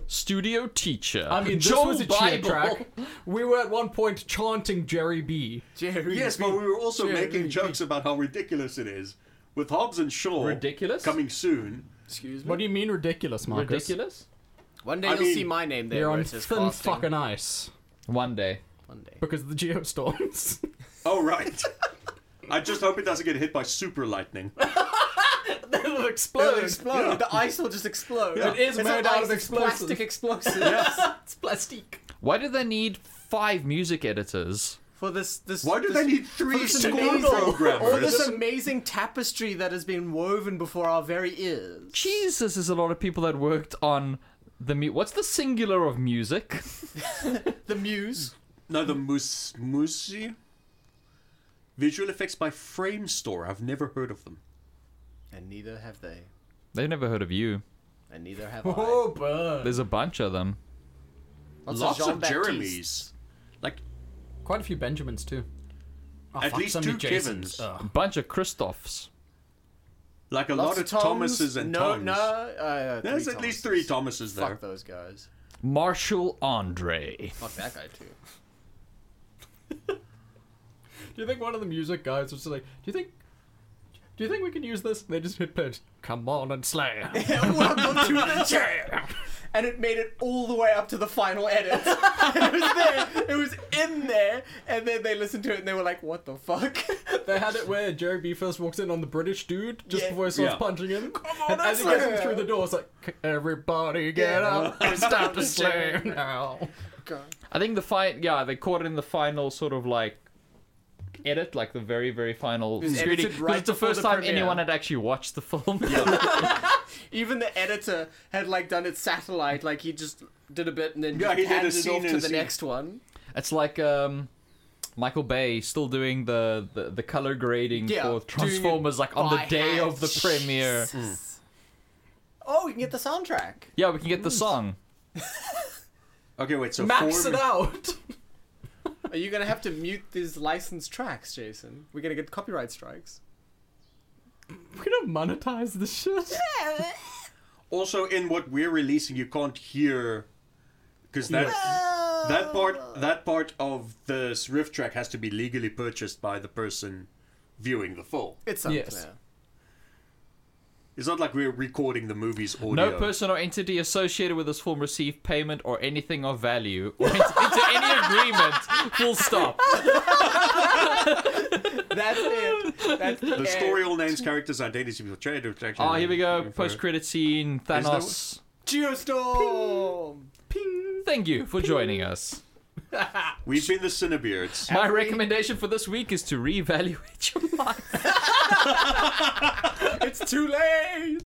Studio teacher.
I mean, this
Joel
was a cheer
Bible.
track. We were at one point chanting Jerry B.
Jerry.
Yes, but we were also
Yeah,
making
really
jokes about how ridiculous it is. With Hobbs and Shaw
Ridiculous?
coming soon.
Excuse me.
What do you mean ridiculous, Marcus?
Ridiculous.
One day
I
you'll see
mean,
my name there.
You're
where
on
it says
thin
fasting.
fucking ice
One day.
One day.
because of the geostorms. *laughs*
Oh right. *laughs* I just hope it doesn't get hit by super lightning.
It'll
It'll
explode.
explode. The ice will just explode.
It is
It's
made out
not ice,
of
it's
explosives.
Plastic explosives. *laughs*
It's plastic.
Why do they need five music editors?
For this, this.
Why do
this,
they need three
this
score
amazing- All this
programmers?
amazing tapestry that has been woven before our very ears.
Jesus, there's a lot of people that worked on the mu- What's the singular of music?
The muse.
No, the Mus Musi. Visual effects by Frame Store. I've never heard of them.
And neither have they.
They've never heard of you.
And
*laughs*
neither have
Oh, burn.
There's a bunch of them.
I.
Lots of
Jean-Baptiste.
Jeremys. Like
Quite a few Benjamins too. Oh,
At
fuck,
least
so
two
many Jasons.
Kevins.
A
Ugh.
bunch of Christophs.
like a lot
Lots
of
Toms.
Thomases and
no,
Toms.
No, uh, three
There's at least three
Thomases.
Thomases there.
Fuck those guys.
Marshall Andre.
Fuck that guy *laughs* too.
Do you think one of the music guys was just like, do you think, do you think we can use this? And they just hit pitch. Come on and slay.
Welcome to *laughs* the jam. And it made it all the way up to the final edit. *laughs* it was there. It was in there. And then they listened to it and they were like, "What the fuck?"
*laughs*
*laughs*
they had it where Jerry B first walks in on the British dude just
Yeah.
before he starts
Yeah.
punching him.
on,
and as he
that's
gets him
like-
through the door, it's like, "C- everybody get
Yeah.
up and start
*laughs*
to slay now.
God.
I think the fight. Yeah, they caught it in the final sort of like edit, like the very, very final
was
screening.
edited
'cause
right
it's the
before
first
the
time
premiere.
anyone had actually watched the film. *laughs*
Even the editor had like done it satellite. Like he just did a bit and then
Yeah,
just
he did a
handed it
scene
off
and
to
a
the
scene.
next one.
It's like um, Michael Bay still doing the, the, the color grading
Yeah, doing
for
it
Transformers, like on the
by
day
hand.
of the premiere.
Jesus. *laughs* Oh, we can get the soundtrack.
Yeah, we can get the song.
Okay, wait. So
Max
four
it out. *laughs*
Are you gonna have to mute these licensed tracks, Jason? We're gonna get copyright strikes.
We're gonna monetize this shit.
also in what we're releasing you can't hear because that that part that part of this riff track has to be legally purchased by the person viewing the film
It's up
Yes.
there.
it's not like we're recording the movie's audio
No person or entity associated with this film received payment or anything of value or ent- *laughs* into any agreement. Full
*laughs*
stop.
That's it.
*laughs*
That's the,
the story all names characters identities portrayed attraction
Oh, here we go. Post credit scene. Thanos.
Geostorm.
Thank you for joining us.
we've been the Cinnabeards
My recommendation for this week is *laughs* to reevaluate your life.
It's too late.